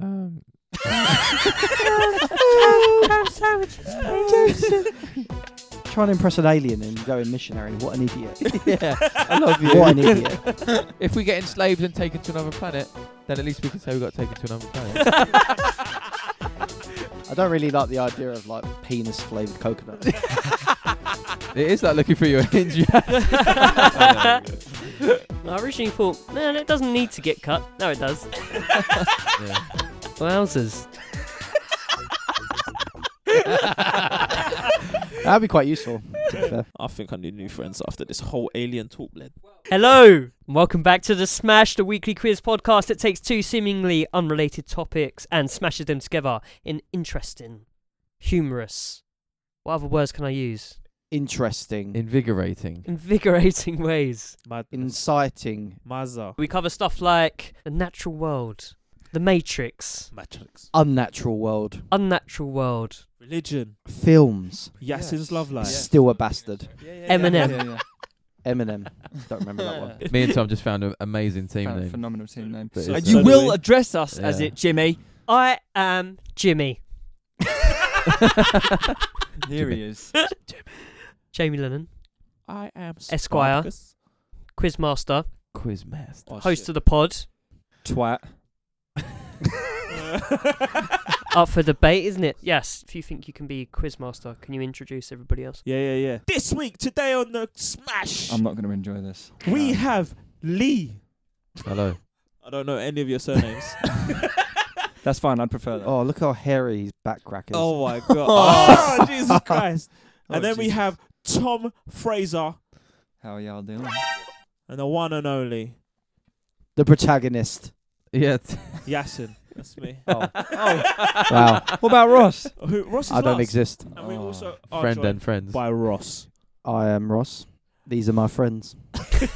Um, Trying to impress an alien and going missionary. What an idiot. yeah, I love you. What an idiot. If we get enslaved and taken to another planet, then at least we can say we got taken to another planet. I don't really like the idea of like penis flavored coconut. it is like looking through your hinge. yeah. I originally thought, man, it doesn't need to get cut. No, it does. Wowzers. That'd be quite useful. To be fair. I think I need new friends after this whole alien talk, led. Hello! Welcome back to the Smash, the weekly quiz podcast that takes two seemingly unrelated topics and smashes them together in interesting, humorous, what other words can I use? Interesting, Invigorating. Invigorating ways. inciting, Maza. We cover stuff like the natural world, the matrix, Matrix. unnatural world, unnatural world, Religion. films. Yasin's love life. Still a bastard. Eminem. Eminem. Don't remember that one. Me and Tom just found an amazing team Found a name. phenomenal team name. But And it's you a- will address us as Yeah. it, Jimmy. I am Jimmy. Here he is. Jamie Lennon, I am Esquire. Spartacus. quizmaster, Quizmaster. Oh, host shit. of the pod, Twat. up for debate, isn't it? Yes. If you think you can be quizmaster, can you introduce everybody else? Yeah, yeah, yeah. This week, today on the Smash, I'm not going to enjoy this. we Um, have Lee. Hello. I don't know any of your surnames. That's fine. I'd prefer that. Oh, look how hairy his back crack is. oh my god. oh, Jesus Christ. Oh, and then we Jesus. have Tom Fraser How are y'all doing? and the one and only The protagonist. Yeah. t- Yasin. That's me. Oh. Wow. What about Ross? Who, Ross is I don't last. exist. And we Oh. also are friend joined and friends. by Ross. I am Ross. These are my friends. And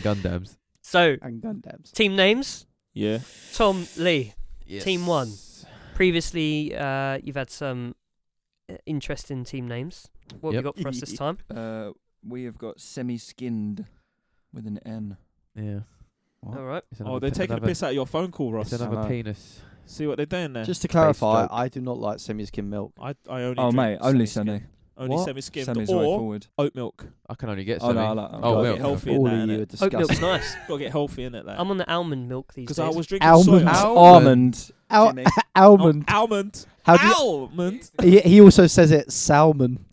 Gundams. So, And Gundams. team names Yeah. Tom Lee. Team one. Yes. Previously, uh, you've had some uh, interesting team names. What have Yep. you got for us this time? Uh, we have got semi-skinned with an N. Yeah. What? All right. It's Oh, another they're pe- taking a another- piss out of your phone call, Ross. It's another Hello. penis. See what they're doing there. Just to clarify, stroke. I do not like semi-skim milk. I, I only Oh, drink mate, only semi-skimmed. Sunday. Only What? semi skimmed Sunday's or the way forward. oat milk. I can only get Oh, some. no, I like Oh, Gotta well. get healthy in All that, of you innit? are Oat milk's disgusting. nice. Gotta get healthy in it, like. I'm on the almond milk these Because days. I was drinking Almond. soya. Al- Almond. Al- Jimmy. almond. Oh, almond. How do you, almond. he, he also says it salmon.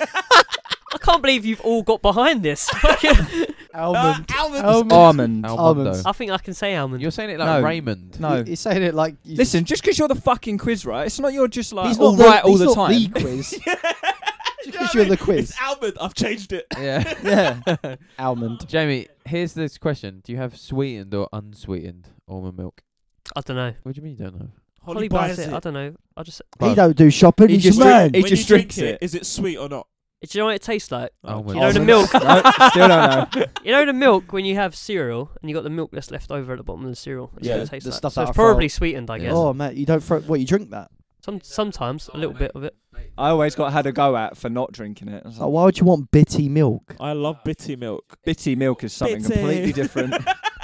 I can't believe you've all got behind this. Uh, Almond. almond. almond. Almond. Almondo. Almonds. I think I can say almond. You're saying it like No. Raymond. No. He's saying it like you Listen, just because you're the fucking quiz, right? It's not you're just like he's all not right the, all he's the not time. The quiz. know Because what I you're the quiz. It's almond. I've changed it. Yeah. yeah. Almond. Jamie, here's this question: Do you have sweetened or unsweetened almond milk? I don't know. What do you mean you don't know? Holly, buys it. I don't know. I just. He don't do shopping. He He's just a man. drink- He When just you drink drinks it, it. is it sweet or not? Do you know what it tastes like? Oh, Almond. You know the Almonds. milk. No, still don't know. You know the milk when you have cereal and you got the milk that's left over at the bottom of the cereal. That's Yeah, what it tastes the like. stuff so out it's of probably Fro- sweetened, I Yeah. guess. Oh man, you don't throw. What you drink that? Some sometimes a little bit of it. I always got had a go at for not drinking it. I was Like, like, why would you want bitty milk? I love bitty milk. Bitty milk is something Bitty. completely different.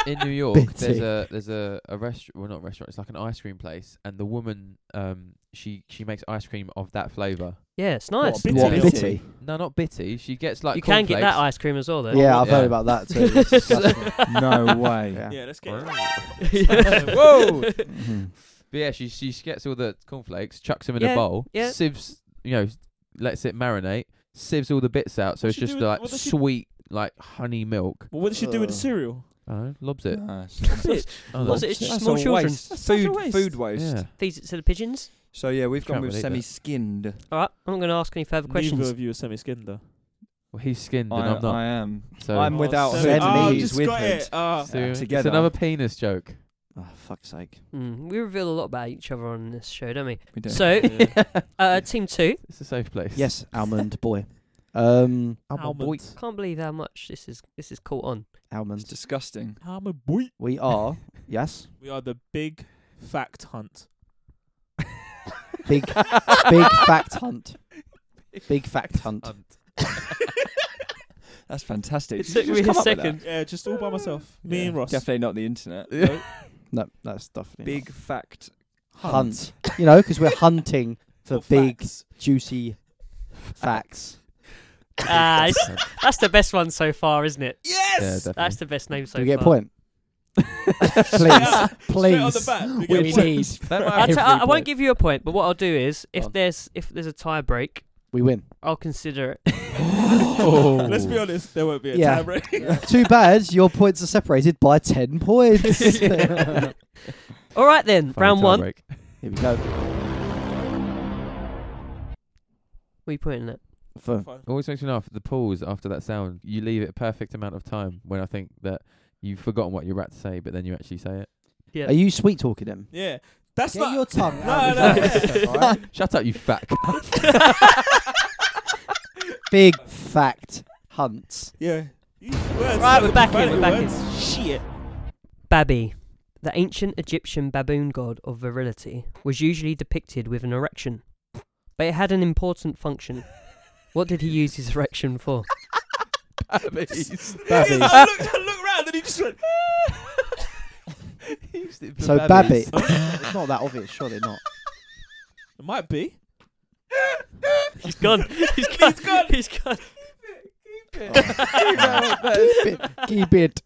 In New York, Bitty. there's a there's a, a restaurant, well not restaurant, it's like an ice cream place, and the woman, um, she she makes ice cream of that flavour. Yeah, it's nice. Bitty what milk. bitty? No, not bitty. She gets like you can get that cornflakes. ice cream as well, though. yeah, I've Yeah. heard about that too. It's disgusting. no way. yeah. Yeah, let's get it. Whoa! but Mhm. yeah, she she gets all the cornflakes, chucks them in Yeah, a bowl, yeah. sieves, you know, lets it marinate, sieves all the bits out, so What it's she do just with- like what does she- sweet, like honey milk. Well, what does she do with Uh, the Ugh. cereal? Oh, lobs it. Nice. Bitch. Oh, Was it? It's just small children. Waste. such a Food, waste. food waste. Yeah. Feeds it to the pigeons. So yeah, we've gone Can't with believe it. semi-skinned. All right, I'm not going to ask any further Neither questions. of you are semi-skinned though. Well, he's skinned and I, I'm not. I am. so I'm without so- hood. Oh, He's just with got hood. it. Ah. So Yeah, It's together. another penis joke. Oh fuck's sake. Mm, we reveal a lot about each other on this show, don't we? We do. So, uh, team two. It's a safe place. Yes, almond boy. Um, Almond. Almond. boy. Can't believe how much this is. This is caught on. it's almonds. disgusting. Almond boy. We are yes, We are the big fact hunt. big big fact hunt. Big fact hunt. That's fantastic. It Did took you me just a come up with that? second. Yeah, uh, just all by myself. Me Yeah. and Ross. Definitely not the internet. Yeah. No, that's definitely Big fact. not. hunt. you know, because we're hunting for Or big facts. juicy facts. Ah, Makes it's- sense. that's the best one so far, isn't it? yeah, definitely. That's the best name so Do we get a far. point? please, Straight on the please. bat, We we get one. need. That might I'll be t- Every I, I won't point. give you a point, but what I'll do is, if Go on. there's if there's a tie break, We win. I'll consider it. Let's be honest, there won't be a Yeah. time break. Too bad your points are separated by 10 points. Here All right then, Final round tie one. break. we go. We put in it. For Always makes me laugh. The pause after that sound, you leave it a perfect amount of time when I think that you've forgotten what you're about to say, but then you actually say it. Yeah. Are you sweet talking him? Yeah, that's Get not. your tongue No, out no. of his mouth, alright? Shut up, you fat. c- Big fact hunt. yeah. These Words, Right, we're back in, we're back in. in. Shit. Babi, the ancient Egyptian baboon god of virility, was usually depicted with an erection, but it had an important function. What did he use his erection for? Babbies. I Babbies. looked, I looked round and he just went. So Babbitt, it's not that obvious, surely not. It might be. He's gone. He's gone. He's gone. He's gone. Keep it.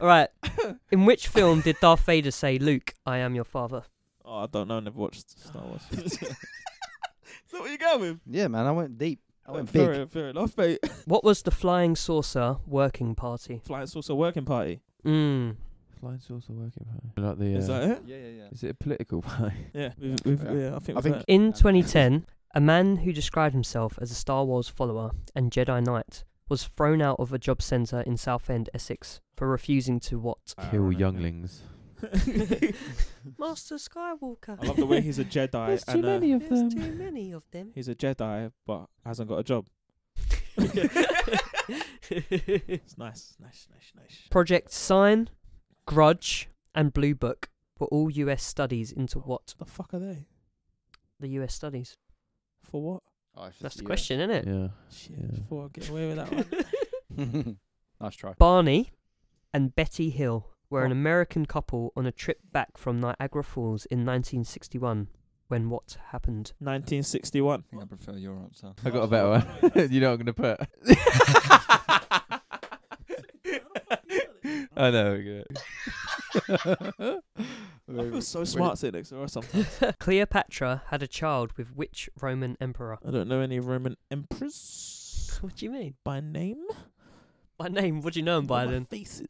All right. In which film did Darth Vader say, "Luke, I am your father"? Oh, I don't know. Never watched Star Wars. Is that what you going with? Yeah, man, I went deep. I Oh, went big. fair, fair enough, mate. What was the flying saucer working party? Flying saucer working party. Mm. Flying saucer working party. Like the, uh, Is that it? Yeah, yeah, is it a political pie? Yeah. We've, we've, Okay. yeah. I think. I we've think- heard. In 2010, a man who described himself as a Star Wars follower and Jedi Knight was thrown out of a job centre in Southend, Essex, for refusing to what? Kill younglings. Master Skywalker. I love the way he's a Jedi. and, uh, of many of them. He's a Jedi, but hasn't got a job. It's nice, nice, nice, nice. Project Sign, Grudge, and Blue Book were all US studies into what? The fuck are they? The US studies. For what? Oh, That's the question, isn't it? Yeah. Shit. Yeah. Before I get away with that one. nice try. Barney and Betty Hill were an What? American couple on a trip back from Niagara Falls in 1961 when what happened? 1961. I think I prefer your answer. I got a better one. you know what I'm gonna put. I know. we're good. I feel so smart sitting next to her sometimes. Cleopatra had a child with which Roman emperor? I don't know any Roman emperors What do you mean? by name. By name, what do you know him by Or by then? Faces.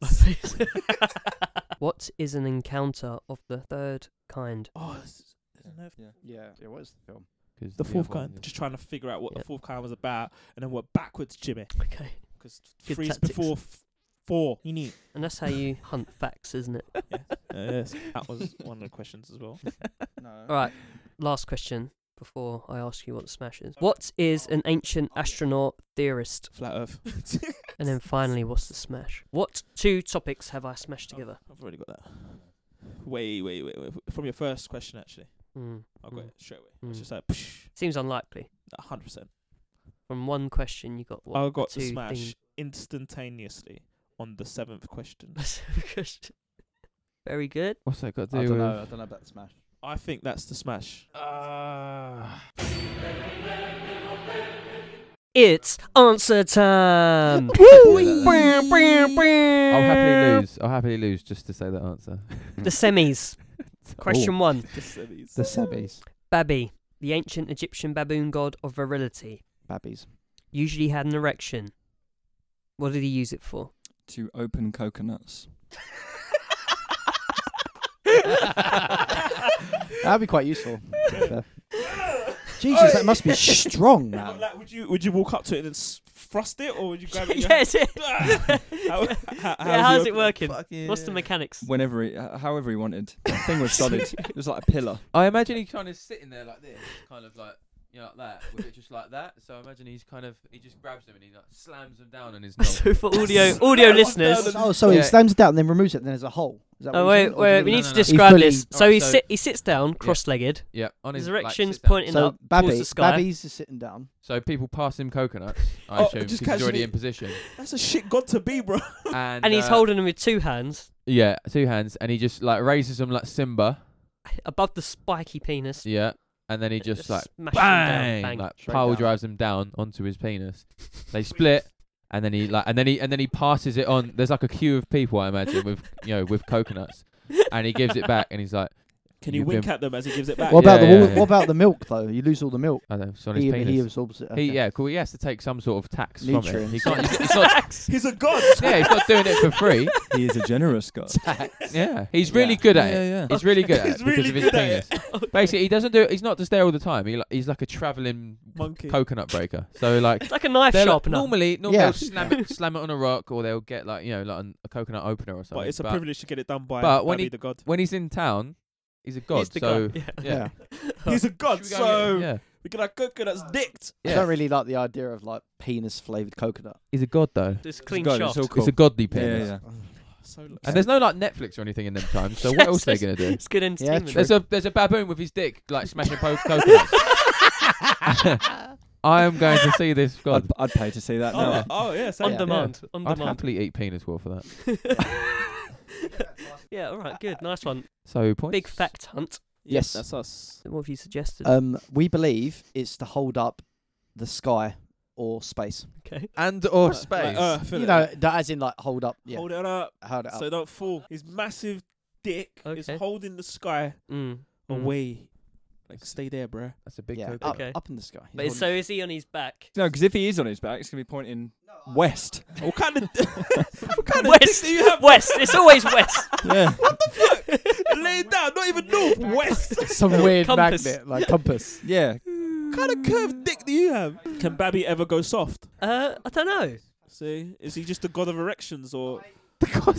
what is an encounter of the third kind? oh, this is- there's no- Yeah. Yeah. yeah, what is the film? 'Cause the other fourth one kind. is- Just trying to figure out what Yeah. the fourth kind was about, and then we're backwards, Jimmy. Okay. Because Good three's tactics. before f- four. You need. Uh, And that's how you hunt facts, isn't it? yes, that was one of the questions as well. No. All right. Last question before I ask you what Smash is. What is an ancient astronaut theorist? Flat Earth. And then finally, what's the Smash? What two topics have I smashed together? I've already got that. Wait, wait, wait, wait. From your first question, actually, Mm. I got Mm. it straight away. Mm. It's just like psh, Seems unlikely. 100%. From one question, you got what? I got two to smash themed- instantaneously on the seventh question. Oh. question. Very good. What's that got to do I with? don't know. I don't know about the smash. I think that's the smash. Uh, It's answer time. Bam, bam, bam. I'll happily lose. I'll happily lose just to say that answer. The semis. Question one. the semis. The Sebbies. Babi, the ancient Egyptian baboon god of virility, Babbies. usually had an erection. What did he use it for? To open coconuts. That'd be quite useful. Jesus, that must be strong, Like, man. like, Oh. would you would you walk up to it and s- thrust it, or would you grab it? in your hand? yes. it- Ah! How- Yeah, how- how's your- it working? Fucking What's the yeah. mechanics? Whenever he, h- however he wanted. That thing was solid. it was like a pillar. I imagine he kind of sitting there like this, kind of like you know, like that, with it just like that. So I imagine he's kind of he just grabs them and he like slams them down on his knob. so for audio audio listeners. Oh, so Yeah. he slams it down and then removes it, and then there's a hole. Is that Oh what wait, you said? Or wait, do we you- need no, to no, no. describe He fully- this. So he Alright, so- sit he sits down cross-legged. yeah, on his His like, erection's sits down. pointing So up towards Babby, the sky. Babby's is sitting down. So people pass him coconuts. I Oh, assume just because he's already casually- in position, That's a shit god to be, bro. and, and he's uh, holding them with two hands. Yeah, two hands, and he just like raises them like Simba. above the spiky penis. Yeah, and then he It just like smash them bang, down, bang. like Straight power down. drives him down onto his penis. They split, and then he like, and then he and then he passes it on. There's like a queue of people, I imagine, with you know, with coconuts, and he gives it back, and he's like, Can you You've wink been- at them as he gives it back? What about Yeah, the yeah, what, yeah. what about the milk though? You lose all the milk. I don't know, it's on his He, penis. he absorbs it. He, okay. yeah, cool. He has to take some sort of tax from it. Nutrients. He can't. He's, he's not. He's a god. Yeah, he's not doing it for free. He is a generous guy. Yeah, he's really good at it. Yeah, yeah. He's really good at He's it because really of his good at it. penis. Basically, he doesn't do. He's not just there all the time. He like, he's like a traveling Monkey. coconut breaker. So like. It's like a knife they're shop. like, now. normally, normally Yeah. they'll slam it, slam it on a rock, or they'll get like you know like an, a coconut opener or something. But it's a privilege to get it done by, but when by he- me, the god. When he's in town, he's a god. He's the so god. Yeah. yeah, He's a god, Should we go so and get- yeah, we can have coconuts dicked. I yeah. don't really like the idea of like penis flavored coconut. he's a god though. It's clean good, shot. it's all cool. It's a godly Yeah, penis. yeah, yeah. So And there's no like Netflix or anything in them times. So what else are they gonna do? It's good entertainment. true. There's a there's a baboon with his dick like smashing po- coconuts. I am going to see this god. I'd, I'd pay to see that oh, now. oh, yeah, so on Yeah. demand. On I'd demand. happily eat penis war for that. yeah. All right. Good. Nice one. So points. Big fact hunt. Yes. that's us. What have you suggested? Um, we believe it's to hold up the sky or space. okay. and or Like space. Earth, you innit? know, that as in like hold up. Yeah, hold, Hold it up it up. so don't fall. His massive dick is Okay. holding the sky Mm. Mm. away. Like, stay there, bruh. That's a big yeah, coconut. up, Okay. up in the sky. But so is he on his back? No, because if he is on his back, it's gonna be pointing west. What kind of what kind of dick West. do you have? West. It's always west. yeah. Lay it down, not even north, west. some weird Compass. magnet like compass. Yeah. what kind of curved dick do you have? Can Babby ever go soft? Uh, I don't know. See, is he just the god of erections or? Like,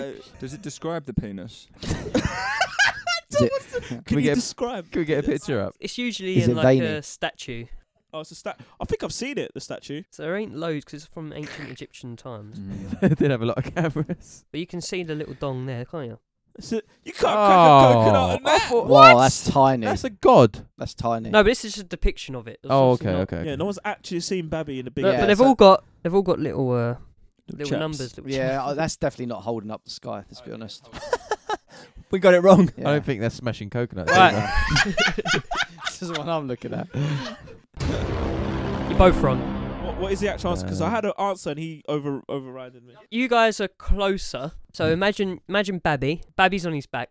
Does it describe the penis? Is it- can we you get- describe? Can we get a picture up? It's usually Is in it like veiny? a statue. Oh, it's a stat. I think I've seen it. The statue. So there ain't loads 'cause it's from ancient Egyptian times. Mm-hmm. they did have a lot of cameras. But you can see the little dong there, can't you? It's a- you can't crack a coconut. Oh. on that. Wow, that's tiny. That's That's, a god. tiny. No, but this is just a depiction of it. There's Oh, obviously okay, not- okay. Yeah, no one's actually seen Babby in a big. But, Yeah, but they've so- all got they've all got little uh, little chaps. numbers. Little Yeah, uh, that's definitely not holding up the sky. Let's be honest. We got it wrong. Yeah. I don't think they're smashing coconuts. Right. either. this is what I'm looking at. You're both wrong. What, what is the actual answer? Because Uh. I had an answer and he over overrided me. You guys are closer. So imagine imagine Babby. Babby's on his back.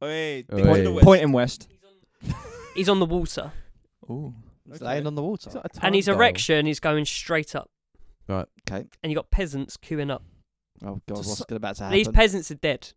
Hey, Oh, dick in hey. the Point, west. pointing west. He's on the water Ooh. It's laying on the water. It's like a and his time dial. erection is going straight up. Okay. And you got peasants queuing up. Oh god, Just what's so- good about to These happen? peasants are dead.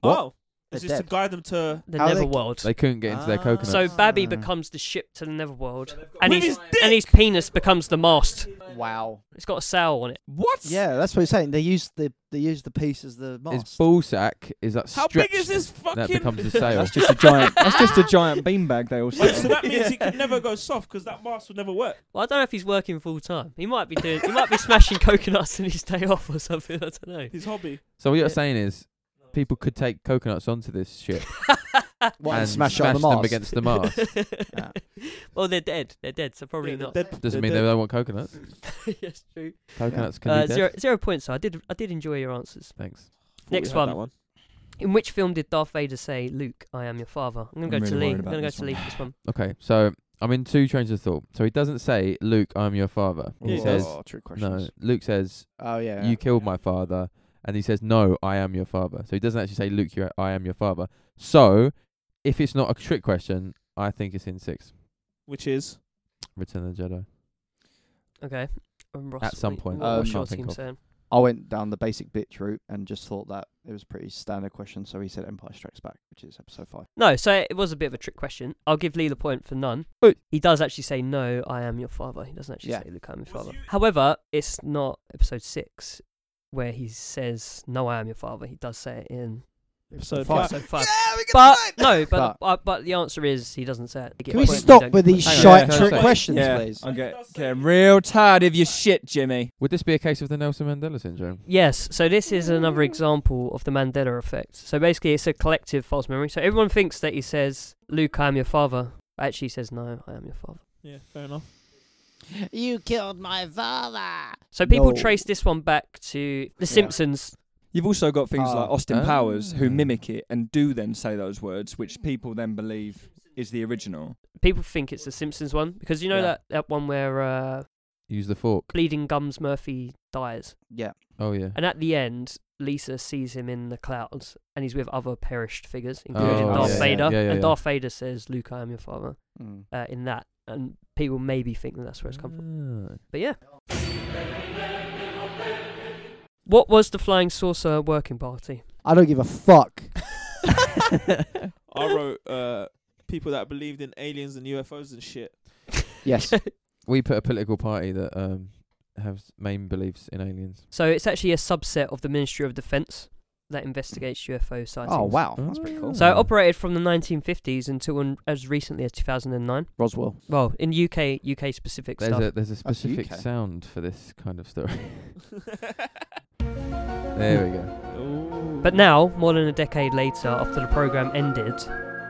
What? Oh, is They're this to dead. guide them to? The How they- Neverworld. They couldn't get into their Ah. coconuts. So Babby Ah. becomes the ship to the Neverworld, and With his his and his penis becomes the mast. Wow. It's got a sail on it. What? Yeah, that's what he's saying. They use the they use the piece as the mast. his ball sack is like How stretched. big is this fucking? That becomes the sail. That's just a giant. that's just a giant beanbag they all Wait, sit so on. that means he can never go soft because that mask would never work. Well, I don't know if he's working full time. He might be doing. He might be smashing coconuts in his day off or something. I don't know. His hobby. So what you're Yeah. saying is, people could take coconuts onto this ship What, and smash, it on the them mast. against the mast. Yeah. Well, they're dead. They're dead. So probably Yeah, not. they're dead- Doesn't they're mean they dead. don't want coconuts. yes, true. Coconuts can Uh, be dead. zero, zero points. So I did. I did enjoy your answers. Thanks. Thought we Next had that one. In which film did Darth Vader say, "Luke, I am your father"? I'm gonna I'm go to really Lee. worried I'm about gonna go this to one. Lee for this one. Okay, so I'm in two trains of thought. So he doesn't say, "Luke, I'm your father." He Yeah. says, oh, "True questions." "No." Luke says, Oh yeah. "You killed my father," and he says, "No, I am your father." So he doesn't actually say, "Luke, you're, I am your father." So if it's not a trick question, I think it's in six. Which is Return of the Jedi. Okay. Um, Ross, At some what- point, what- I what's can't your think team of. saying? I went down the basic bitch route and just thought that it was a pretty standard question. So he said Empire Strikes Back, which is episode five. No, so it was a bit of a trick question. I'll give Lee the point for none. Oi. He does actually say, No, I am your father. He doesn't actually Yeah. say, Luke, I am your Was father. you- However, it's not episode six where he says, No, I am your father. He does say it in Five. episode five. episode five. we get But the point. no, but uh, but the answer is he doesn't say it. They get Can a we point, they stop don't with get a these point. Hang on, shite hang on a trick sec. questions, Yeah. please? I'm get, getting real tired of your shit, Jimmy. Would this be a case of the Nelson Mandela syndrome? Yes, so this is another example of the Mandela effect. So basically, it's a collective false memory. So everyone thinks that he says, Luke, I am your father. Actually, he says, No, I am your father. Yeah, fair enough. You killed my father. So people No. trace this one back to The Yeah. Simpsons. You've also got things Ah. like Austin Powers Ah. who mimic it and do then say those words, which people then believe is the original. People think it's the Simpsons one because you know Yeah. that, that one where uh, Use the fork. Bleeding Gums Murphy dies. Yeah. Oh yeah. And at the end, Lisa sees him in the clouds, and he's with other perished figures, including Oh, Darth yeah. Vader. Yeah, yeah, and yeah. Darth Vader says, "Luke, I am your father." Mm. Uh, in that, and people maybe think that that's where it's come from. Ah. But yeah. What was the flying saucer working party? I don't give a fuck. I wrote uh, people that believed in aliens and UFOs and shit. Yes. we put a political party that um has main beliefs in aliens. So it's actually a subset of the Ministry of Defence that investigates UFO sightings. oh wow, that's pretty cool. So it operated from the 1950s until un- as recently as 2009. Roswell. Well, in UK UK specific There's stuff. a there's a specific UK. sound for this kind of story. there we go. Ooh. But now, more than a decade later, after the program ended,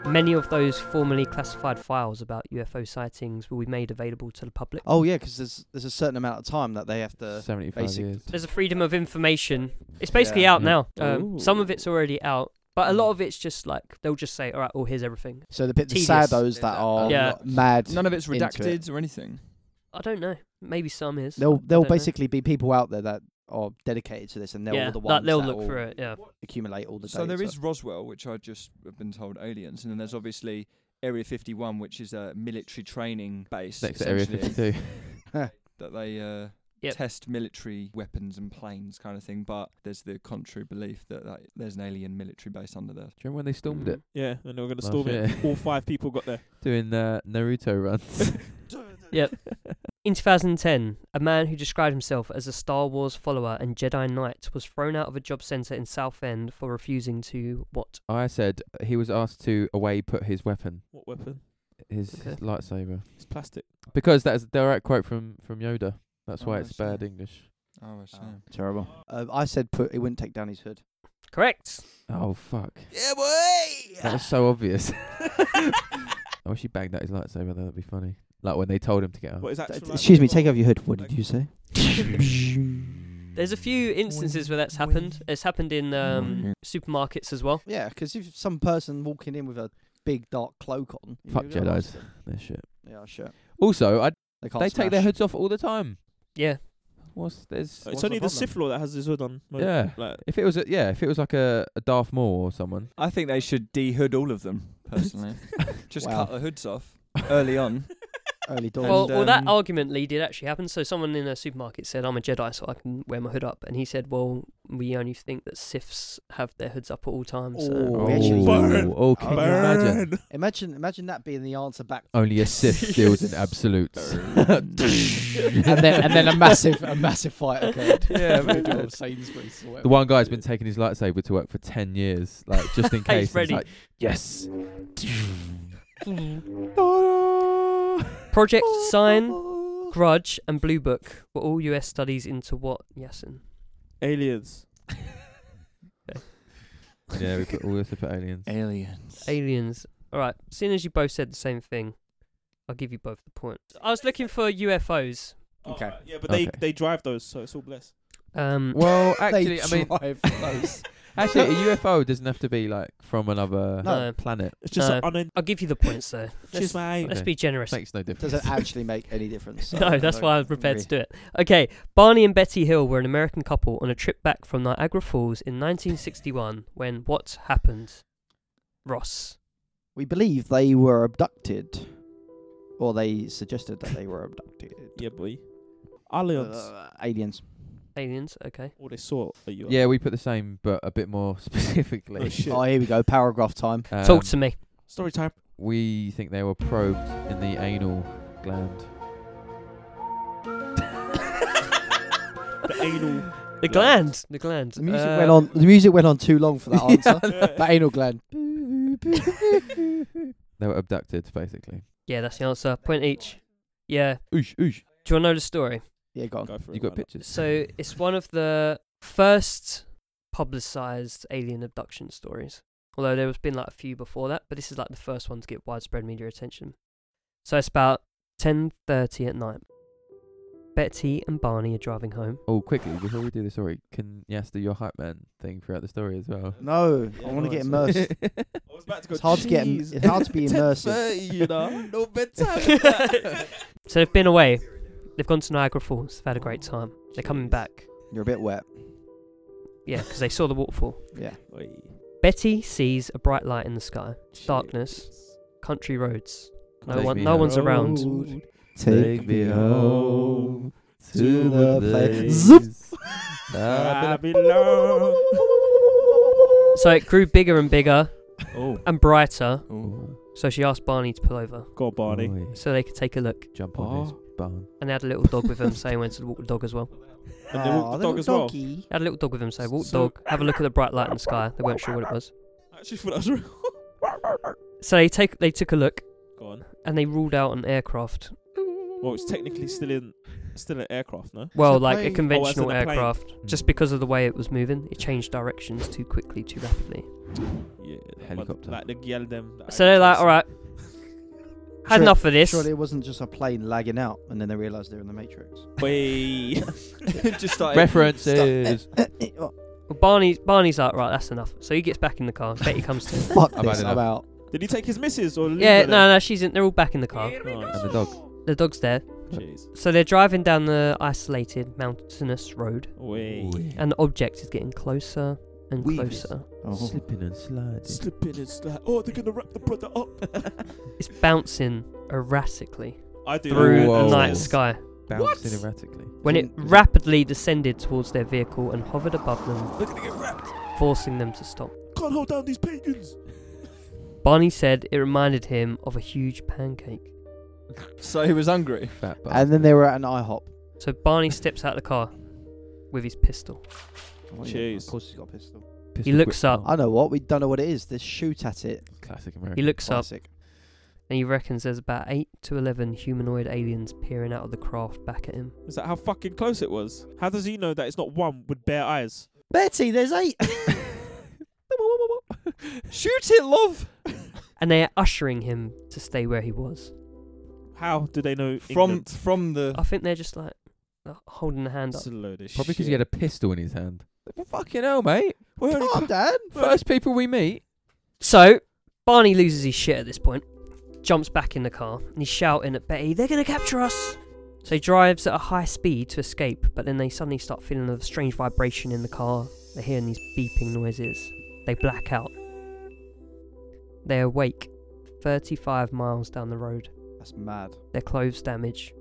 many of those formerly classified files about UFO sightings will be made available to the public. Oh yeah, 'cause there's there's a certain amount of time that they have to. Seventy five basic- years. There's a freedom of information. It's basically Yeah. Mm-hmm. Mm. out now. Um, Ooh. some of it's already out, but a lot of it's just like they'll just say, "All right, well, here's everything." So the bit the Tedious. saddos that Yeah. are Yeah. not mad. None of it's Into it. redacted or anything. I don't know. Maybe some is. There'll I there'll don't know. basically be people out there that are dedicated to this, and they're yeah, all the like, ones they'll that look will for it. Yeah. accumulate all the So there data. is Roswell, which I just have been told aliens, and then there's obviously Area 51, which is a military training base Next to Area essentially, 52. that they uh, Yep. test military weapons and planes, kind of thing. But there's the contrary belief that, that there's an alien military base under there. Do you remember when they Mm. stormed it? Yeah, and they were going to Last storm it. year. All five people got there. Doing uh, Naruto runs. Yep. In 2010, a man who described himself as a Star Wars follower and Jedi Knight was thrown out of a job centre in Southend for refusing to what? I said uh, he was asked to away put his weapon, What weapon? his, Okay. his lightsaber, It's plastic. because that's a direct quote from from Yoda. That's why Oh, it's I see. bad English. Oh, I see. terrible. Uh, I said put he wouldn't take down his hood. Correct. Oh fuck! Yeah, boy. That was so obvious. I wish he banged out his lightsaber. though, That'd be funny. Like when they told him to get out. What is that? D- Uh, Excuse me, take off your hood. What did Okay. you say? There's a few instances where that's happened. It's happened in Mm. um, supermarkets as well. Yeah, 'cause if some person walking in with a big dark cloak on, you're Fuck gonna Jedis. ask them. Their shit. Yeah, sure. Also, I, They can't. they take their smash. hoods off all the time. Yeah. What's there's? Uh, It's only the, Sith Lord that has his hood on. Mo- Yeah. Like, If it was, a, yeah, if it was like a, a Darth Maul or someone. I think they should de-hood all of them personally. just Wow. cut the hoods off early on. early doors. Well, And, well, that um, argument Lee did actually happen. So someone in a supermarket said, "I'm a Jedi, so I can wear my hood up," and he said, "Well, we only think that Siths have their hoods up at all times." So. Oh, we actually- Burn! oh, can you imagine? Burn! imagine, imagine that being the answer back. Only a Sith deals in absolutes. and then, and then a massive, a massive fight occurred. Yeah, Middle maybe. of Sainsbury's or The whatever. one guy's been taking his lightsaber to work for ten years, like just in He's case. and ready. like, yes. Project Sign, Grudge, and Blue Book were all U.S. studies into what? Yasin. Aliens. yeah, we put all this up at aliens. Aliens. Aliens. All right. Seeing as you both said the same thing, I'll give you both the point. I was looking for UFOs. Oh, Okay. right, yeah, but Okay. they they drive those, so it's all blessed. Um, Well, They actually, I mean, drive close. actually, a UFO doesn't have to be like from another No. planet. It's just No. an un- I'll give you the points though. Let's, Cheers, mate. let's Okay. be generous. Makes no difference. Doesn't actually make any difference. so No, I that's don't why I was prepared really- to do it. Okay, Barney and Betty Hill were an American couple on a trip back from Niagara Falls in 1961 when what happened? Ross. We believe they were abducted, or they suggested that they were abducted. Yeah, boy. Aliens. Uh, aliens. Aliens, okay. or Oh, they saw a UFO. Yeah, we put the same, but a bit more Oh, specifically. shit. Oh, here we go. Paragraph time. Um, Talk to me. Story time. We think they were probed in the anal gland. The anal. The gland. The gland. The music Uh, went on. The music went on too long for that answer. Yeah. That anal gland. They were abducted, basically. Yeah, that's the answer. Point each. Yeah. Oosh, oosh. Do you want to know the story? Yeah, go on. Go for it, You got why not? pictures? So it's one of the first publicized alien abduction stories. Although there has been like a few before that, but this is like the first one to get widespread media attention. So it's about 10:30 at night. Betty and Barney are driving home. Oh, quickly before we do the story, can Yas do your hype man thing throughout the story as well? No, Yeah, I want to no, get it's- immersed. I was about to go. It's hard to get. im- "Jeez, It's hard to be immersive. 10:30, you know, no bedtime. So they've been away. They've gone to Niagara Falls. They've had a great time. They're coming back. You're a bit wet. Yeah, because they saw the waterfall. Yeah. Oi, Betty sees a bright light in the sky. Darkness. cheers. Country roads. No Take one. me No one's home. around. Take me home to the place Zip. I belong. So it grew bigger and bigger Oh, and brighter. oh, So she asked Barney to pull over go on, Barney. Oi, so they could take a look. Jump on his barn. And they had a little dog with them, so he went to walk the dog as well. And they Ah, walked the dog as well. They had a little dog with them, so they walked the So- dog, have a look at the bright light in the sky. They weren't sure what it was. I actually thought that was real. So they take they took a look Go on. and they ruled out an aircraft. Well, it's technically still in, still an aircraft, no? Well, a like a plane. conventional Oh, as in a plane. aircraft. Just because of the way it was moving, it changed directions too quickly, too rapidly. Yeah. that one- Helicopter. Like the girl them. that So they're like, all right, had Sure- enough of this. Surely it wasn't just a plane lagging out, and then they realised they're in the Matrix. Wait. just started. References. Well, Barney, Barney's like, right, that's enough. So he gets back in the car. Betty comes to him. Fuck I've this. had I'm enough. out. Did he take his missus or? leave yeah, her no, there? Oh, no, she's in. They're all back in the car. And the dog. The dog's there. Jeez. So they're driving down the isolated mountainous road, Wait. and the object is getting closer and Weave it. closer. Oh. Slipping and sliding. Slipping and slide. Oh, they're gonna wrap the brother up. It's bouncing erratically I do. through like Whoa. the that. night Whoa. sky Bouncing erratically. when it Isn't- rapidly descended towards their vehicle and hovered above them, They're gonna get wrapped. forcing them to stop. Can't hold down these pagans. Barney said it reminded him of a huge pancake. So he was hungry. Fat bastard. And then they were at an IHOP. So Barney steps out of the car with his pistol. Oh, yeah, Cheers. Of course, he's got a pistol. Pistol looks grip. up. Oh, I know what. We don't know what it is. They shoot at it. Classic American. He looks up Classic. and he reckons there's about 8 to 11 humanoid aliens peering out of the craft back at him. Is that how fucking close it was? How does he know that it's not one with bare eyes? Betty, there's eight. Shoot it, love. And they are ushering him to stay where he was. How do they know From England? from the. I think they're just like uh, holding the hand up. It's a load of Probably because shit. he had a pistol in his hand. Well, fucking hell, mate. We're only Calm down. first people we meet. So Barney loses his shit at this point, jumps back in the car, and he's shouting at Betty, "They're gonna capture us!" So he drives at a high speed to escape, but then they suddenly start feeling a strange vibration in the car. They're hearing these beeping noises. They black out. They awake 35 miles down the road, Oh, That's mad. their clothes damaged,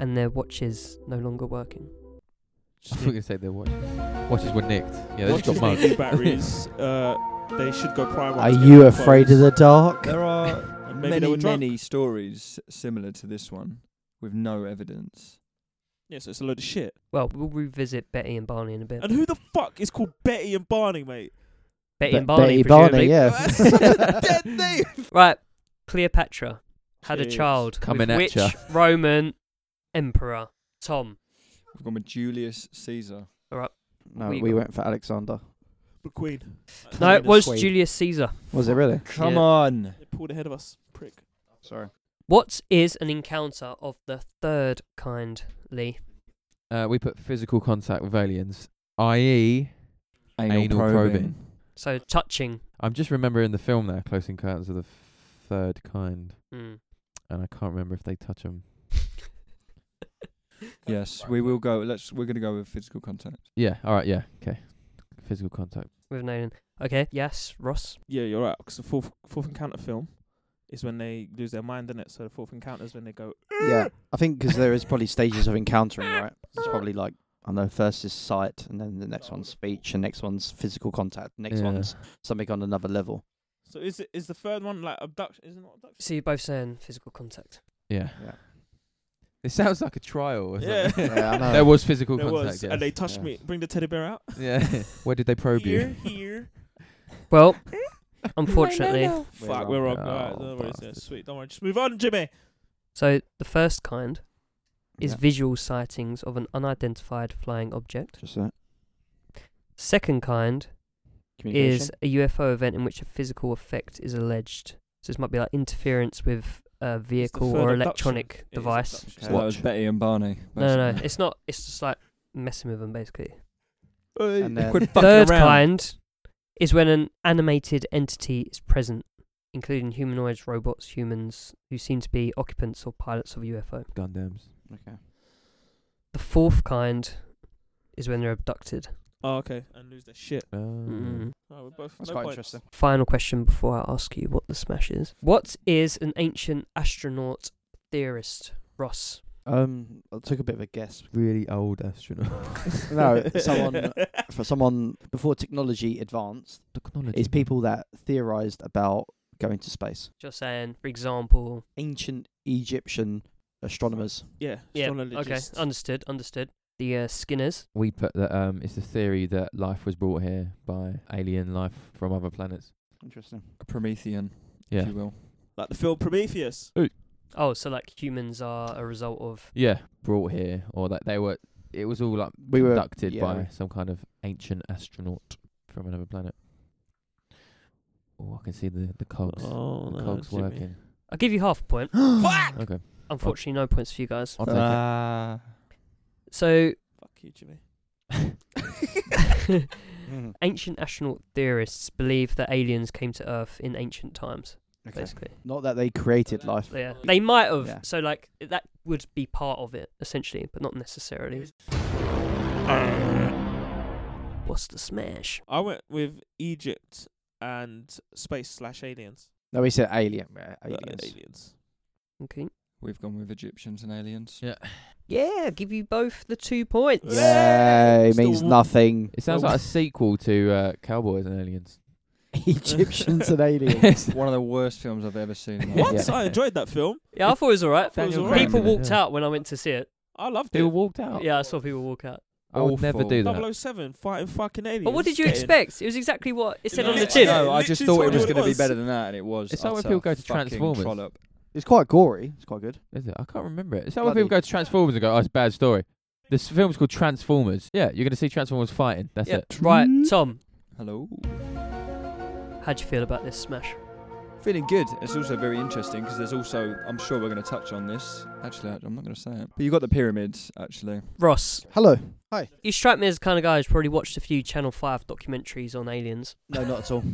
and their watches no longer working. I was going to say their watch. watches were nicked. Yeah, they just Watches got need mugged. new batteries. uh, they should go prime. Are you afraid of the dark? There are And maybe they many were drunk. many stories similar to this one with no evidence. Yeah, so it's a load of shit. Well, we'll revisit Betty and Barney in a bit. And who the fuck is called Betty and Barney, mate? Betty Be- and Betty Barney, Barney, presumably. yeah. Dead name. Right, Cleopatra had a Jeez. child Coming with at which ya. Roman emperor? Tom. We've gone with Julius Caesar. No, We- we, went for Alexander. The Queen. No, it the was Swede. Julius Caesar. Was it really? Come Yeah. on. They pulled ahead of us, prick. Sorry. What is an encounter of the third kind, Lee? Uh, we put physical contact with aliens, i.e., Anal, Anal probing. So touching. I'm just remembering the film there, Close Encounters of the Third Kind, Hmm. and I can't remember if they touch 'em. Yes, we will go. Let's. We're gonna go with physical contact. Yeah, all right, yeah, okay. Physical contact. with an alien. Okay. Yes, Ross. Yeah, you're right. 'Cause the fourth fourth encounter film is when they lose their mind, is it? So the fourth encounter is when they go. Yeah, I think because there is probably stages of encountering, right? It's probably like I don't know first is sight, and then the next one's speech, and next one's physical contact, next Yeah. one's something on another level. So is it is the third one like abduction? Is it not abduction? So you're both saying physical contact. Yeah. Yeah. It sounds like a trial. Or Yeah. something. Yeah, I know. there was physical There contact. was, and they touched Yeah. me. Bring the teddy bear out. yes. yeah. Where did they probe Here, you? here. Well, unfortunately. Fuck, we're wrong. wrong. Alright, Oh, don't worry, bastard. it's sweet. Don't worry, just move on, Jimmy. So the first kind is Yeah, visual sightings of an unidentified flying object. just that. Second kind Communication. is a UFO event in which a physical effect is alleged. So this might be like interference with uh, vehicle third or abduction. electronic It is device. abduction. So that was Watch. Betty and Barney. No, no, no, basically. it's not. It's just like messing with them basically. Oi, And then- quit fucking Third around. kind is when an animated entity is present, including humanoids, robots, humans who seem to be occupants or pilots of a UFO. Gundams. Okay. The fourth kind is when they're abducted. Oh, okay. And lose their shit. Oh. Mm. Oh, we're both. That's no quite points. interesting. Final question before I ask you what the smash is. What is an ancient astronaut theorist, Ross? Um, I took a bit of a guess. Really old astronaut. No, uh, someone for someone before technology advanced Technology. is people that theorized about going to space. Just saying, for example. Ancient Egyptian astronomers. Yeah. Yeah. Okay, astrologists. understood, understood. The uh, Skinners. We put that um, it's the theory that life was brought here by alien life from other planets. Interesting. A Promethean, Yeah. if you will. Like the film Prometheus. Oh, so like humans are a result of Yeah, brought here, or that they were. It was all like We were- conducted yeah, by we- some kind of ancient astronaut from another planet. Oh, I can see the the cogs. Oh, the no, cogs Jimmy. working. I'll give you half a point. Okay, Unfortunately, no points for you guys. I'll take it. Uh, So, Fuck you, Jimmy. Mhm. ancient astronaut theorists believe that aliens came to Earth in ancient times, Okay. basically. Not that they created life. So, yeah. Uh, They might have. Yeah. So, like, that would be part of it, essentially, but not necessarily. Uh, What's the smash? I went with Egypt and space slash aliens. No, we said alien. yeah, Uh, aliens. aliens. Okay. We've gone with Egyptians and aliens. Yeah, Yeah, give you both the two points. Yay! Still means wa- nothing. it sounds Well, like a sequel to uh, Cowboys and Aliens. Egyptians and aliens. Yes. One of the worst films I've ever seen. in my What? life. Yeah. I enjoyed that film. Yeah, I thought it was all right. Thought it was Daniel alright. People Craig. walked out when I went to see it. I loved They it. were walked out. Yeah, I saw people walk out. I would never Awful. do that. 007 fighting fucking aliens. But what did you Getting- expect? It was exactly what it said on the tin. Literally- No, I Literally just thought told it you was what it going to be was. better than that, and it was. It's like when utter people go to fucking Transformers. Trollop. It's quite gory. It's quite good. Is it? I can't remember it. It's how Bloody- people go to Transformers and go, "Oh, it's a bad story." This film's called Transformers. Yeah, you're gonna see Transformers fighting. That's Yeah, it. right, Mm-hmm. Tom, Hello. how'd you feel about this smash? Feeling good. It's also very interesting because there's also, I'm sure we're going to touch on this. Actually, I- I'm not going to say it. But you got the pyramids, actually. Ross, Hello. you strike me as the kind of guy who's probably watched a few Channel 5 documentaries on aliens. No, not at all.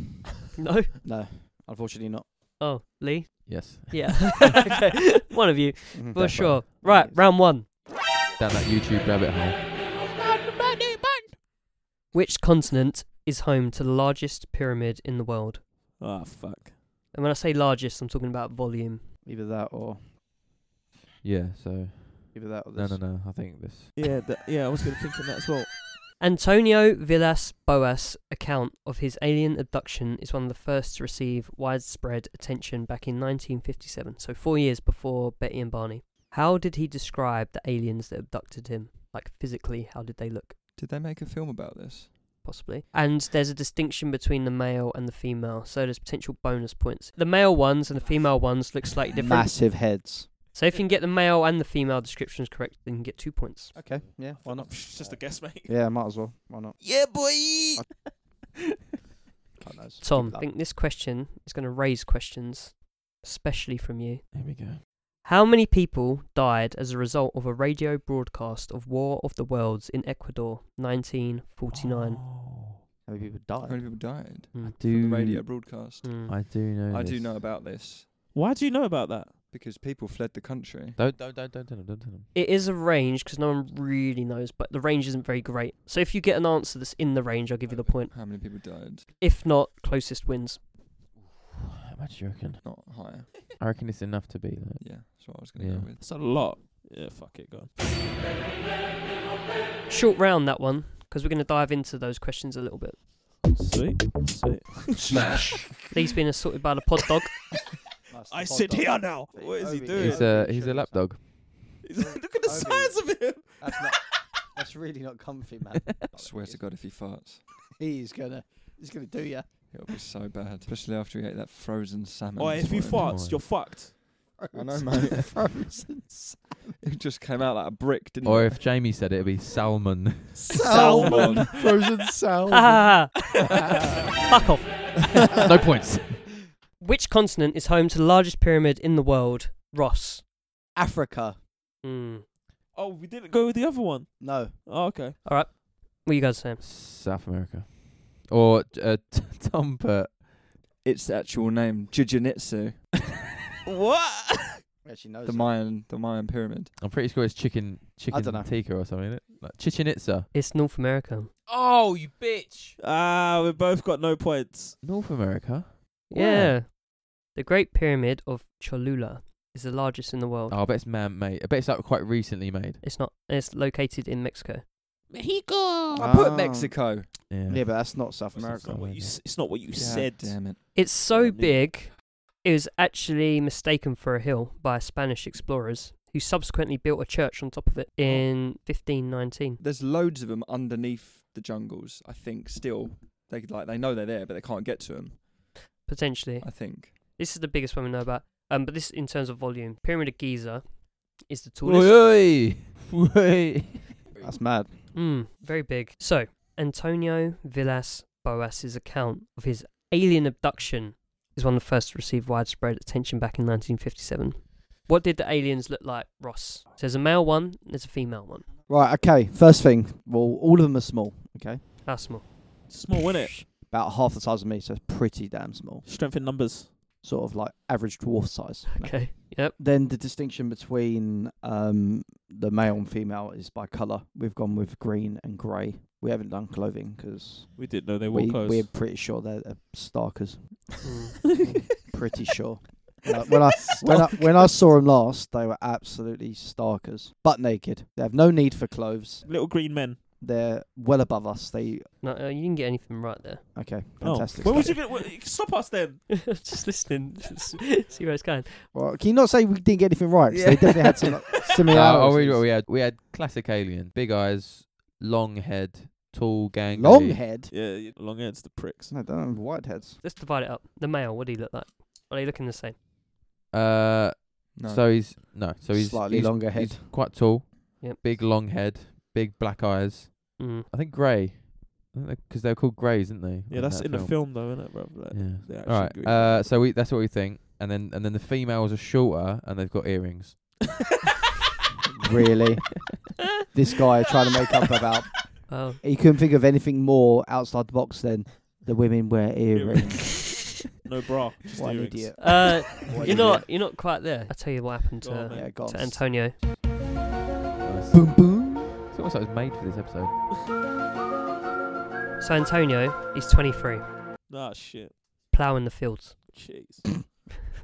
No? No, unfortunately not. Oh, Lee? Yes. Yeah. okay. One of you, Mhm. for Definitely. sure. Right, round one. Down that YouTube rabbit hole. Which continent is home to the largest pyramid in the world? Oh fuck. And when I say largest, I'm talking about volume. Either that or Yeah. So either that or no, this. no, no. I think this. Yeah, that, yeah. I was going to think of that as well. Antonio Villas Boas' account of his alien abduction is one of the first to receive widespread attention back in 1957, so four years before Betty and Barney. How did he describe the aliens that abducted him? Like physically, how did they look? Did they make a film about this? Possibly. And there's a distinction between the male and the female, so there's potential bonus points. The male ones and the female ones look slightly different. Massive heads. So if you can get the male and the female descriptions correct, then you can get two points. Okay. Yeah. Why not? Just a guess, mate. Yeah, might as well. Why not? Yeah, boy. Fuck knows. Keep Tom, it I up. think this question is going to raise questions, especially from you. Here we go. How many people died as a result of a radio broadcast of War of the Worlds in Ecuador, 1949? Oh. How many people How died? many people died? Mm. Do From the radio broadcast. Mm. I do know. I do this. know about this Why do you know about that? because people fled the country. Don't don't don't don't tell him. Don't tell him. It is a range because no one really knows, but the range isn't very great. So if you get an answer that's in the range, I'll give you the point. How many people died? If not, closest wins. How much do you reckon? Not higher. I reckon it's enough to be. Like, Yeah, that's what I was going to Yeah. go with. That's a lot. Yeah, fuck it, go Short round that one because we're going to dive into those questions a little bit. on. Sweet, sweet. Smash. Lee's been assaulted by the pod dog. Nice, I the pod sit died. here now. Hey, What is he Obi. doing? he's He's, a uh, he's a lapdog. Look at Obi. the size of him. That's, not, that's really not comfy, man. I swear to God, if he farts, he's gonna, he's gonna do ya. it'll be so bad. Especially after he ate that frozen salmon. Or this Oh, if he morning. morning. farts, you're fucked. I know, mate. Frozen It just came out like a brick, didn't Or it? if Jamie said it, it'd be salmon. salmon. Frozen salmon. Ah, fuck off. no points. Which continent is home to the largest pyramid in the world? Ross. Africa. Mm. Oh, we didn't go with the other one. No. Oh, okay. All right. What are you guys saying? South America. Or uh, t- Tom Pert. Its actual name, Jujunitsu, What? Actually knows. the Mayan, the Mayan pyramid. I'm pretty sure it's chicken chicken dunno. tikka or something, is it? Like Chichen Itza. It's North America. Oh, you bitch. Ah, we both got no points. North America. Yeah. The Great Pyramid of Cholula is the largest in the world. Oh, I bet it's man made. I bet it's like quite recently made. It's not. It's located in Mexico. Oh, Mexico. I put Ah. Mexico. Yeah. Yeah, but that's not South America. America. It's not what you God said. Damn it. It's so Yeah, I knew- big, it was actually mistaken for a hill by Spanish explorers who subsequently built a church on top of Oh. it in 1519. There's loads of them underneath the jungles. I think still they could, like they know they're there, but they can't get to them. Potentially, I think. this is the biggest one we know about. Um, but this in terms of volume, Pyramid of Giza is Oh, the tallest. Oi, oi. Oi. That's mad. Mm, very big. So, Antonio Villas Boas's account of his alien abduction is one of the first to receive widespread attention back in 1957. What did the aliens look like, Ross? So there's a male one, there's a female one. Right. Okay. First thing. Well, all of them are small. Okay. How small? Small, isn't it? About half the size of me, so it's pretty damn small. Strength in numbers. Sort of like average dwarf size. you know. Okay. Yep. Then the distinction between um, the male and female is by colour. We've gone with green and grey. We haven't done clothing because We didn't know they were we, close. we're pretty sure they're uh, starkers. Mm. pretty sure. Like, when I when I when I saw them last, they were absolutely starkers, butt naked. They have no need for clothes. Little green men. They're well above us. They No, uh, you didn't get anything right there. okay, fantastic. Oh. Where was you stuff. gonna, wh- stop us then? Just listening, see where it's going. Well, can you not say we didn't get anything right? 'Cause They definitely had some like, Uh, similarities. I'll read what we had. We had classic alien, big eyes, long head, tall gang. Long head. Yeah, you- long heads, the pricks. No, they don't have white heads. Let's divide it up. The male, what do he look like? Are they looking the same? Uh, No. so he's no, so he's Slightly he's- longer he's head. quite tall. Yep. Big long head, big black eyes. Mm. I think grey, because they're called greys, aren't they? Yeah, that's in the film though, isn't it, bro? Like, Yeah. they're actually All right. green. Uh, so we that's what we think, and then and then the females are shorter and they've got earrings. Really? This guy trying to make up about- Wow. He couldn't think of anything more outside the box than the women wear earrings. no bra. Just what an earrings. idiot. Uh, What you're an not, you're not quite there. I tell you what happened Go on, to, mate. Yeah, God. to Antonio. Nice. Boom boom. It's almost like it was made for this episode. So Antonio, he's 23, Ah, shit. ploughing the fields Jeez.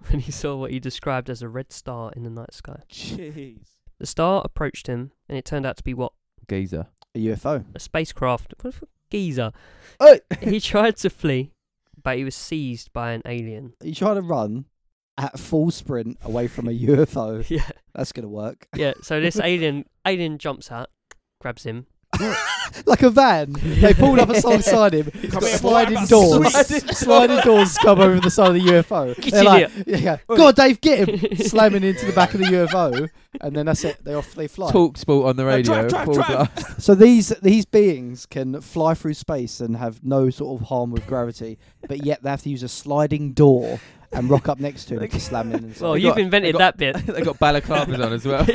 when he saw what he described as a red star in the night sky. Jeez. The star approached him, and it turned out to be what? Geezer. A UFO. A spacecraft. What the fuck? Geezer. Hey! he tried to flee, but he was seized by an alien. You try to run at full sprint away from a UFO. Yeah. That's gonna work. Yeah. So this alien alien jumps out, grabs him. like a van. They pulled up alongside him. He's got Come here, boy, sliding I've got doors. sweets. sliding doors come over the side of the UFO. Get They're in like, yeah, yeah. Oi. God, Dave, get him! Slamming into the back of the UFO, and then that's it. They off. They fly. Talk sport on the No, radio. Uh, drive, drive, full drive. blast. So these these beings can fly through space and have no sort of harm with gravity, but yet they have to use a sliding door and rock up next to him to slam in. And Well, They stuff. you've got- invented they that bit. they got balaclavas on as well.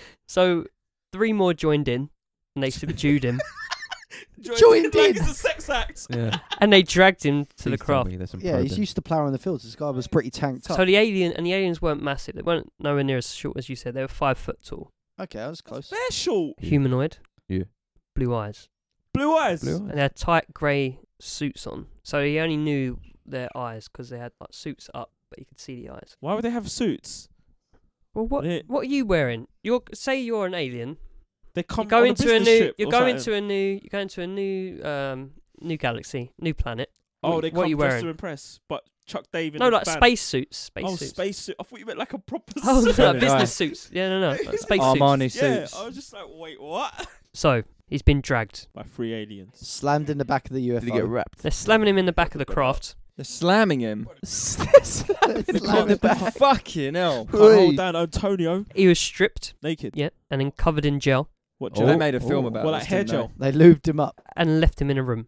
so three more joined in, and they subdued him, Joined like in. It's a sex act. Yeah. and they dragged him to the Please tell craft. me there's some yeah, he's probing. used to ploughing the fields. This guy was pretty tanked up. So the alien and the aliens weren't massive. They weren't nowhere near as short as you said. They were five foot tall, okay, that was close. Special. Yeah. humanoid. Yeah. Blue eyes, Blue eyes. Blue eyes. and they had tight grey suits on. So he only knew their eyes because they had like suits up, but you could see the eyes. Why would they have suits? Well, what Yeah. what are you wearing? You're say you're an alien. They come you're going on a to a business new. trip You're or going something. to a new. You're going to a new um new galaxy, new planet. Oh, what- they what come you dressed wearing? to impress, but Chuck David. no, like space suits. Space oh, suits. space suit. I thought you meant like a proper Oh, suit. no, like Right. business suits. Yeah, no, no, like space Armani suits. suits. Yeah, I was just like, wait, what? So he's been dragged. By three aliens. Slammed in the back of the UFO. Did he get wrapped? They're slamming him in the back of the craft. They're slamming him. Slammed in the back. Fucking hell. Can't Oi. hold down Antonio He was stripped, naked. yeah, and then covered in gel, What? Oh. They Joe? made a film oh. about Well, this, like hair didn't they? gel. They lubed him up. and left him in a room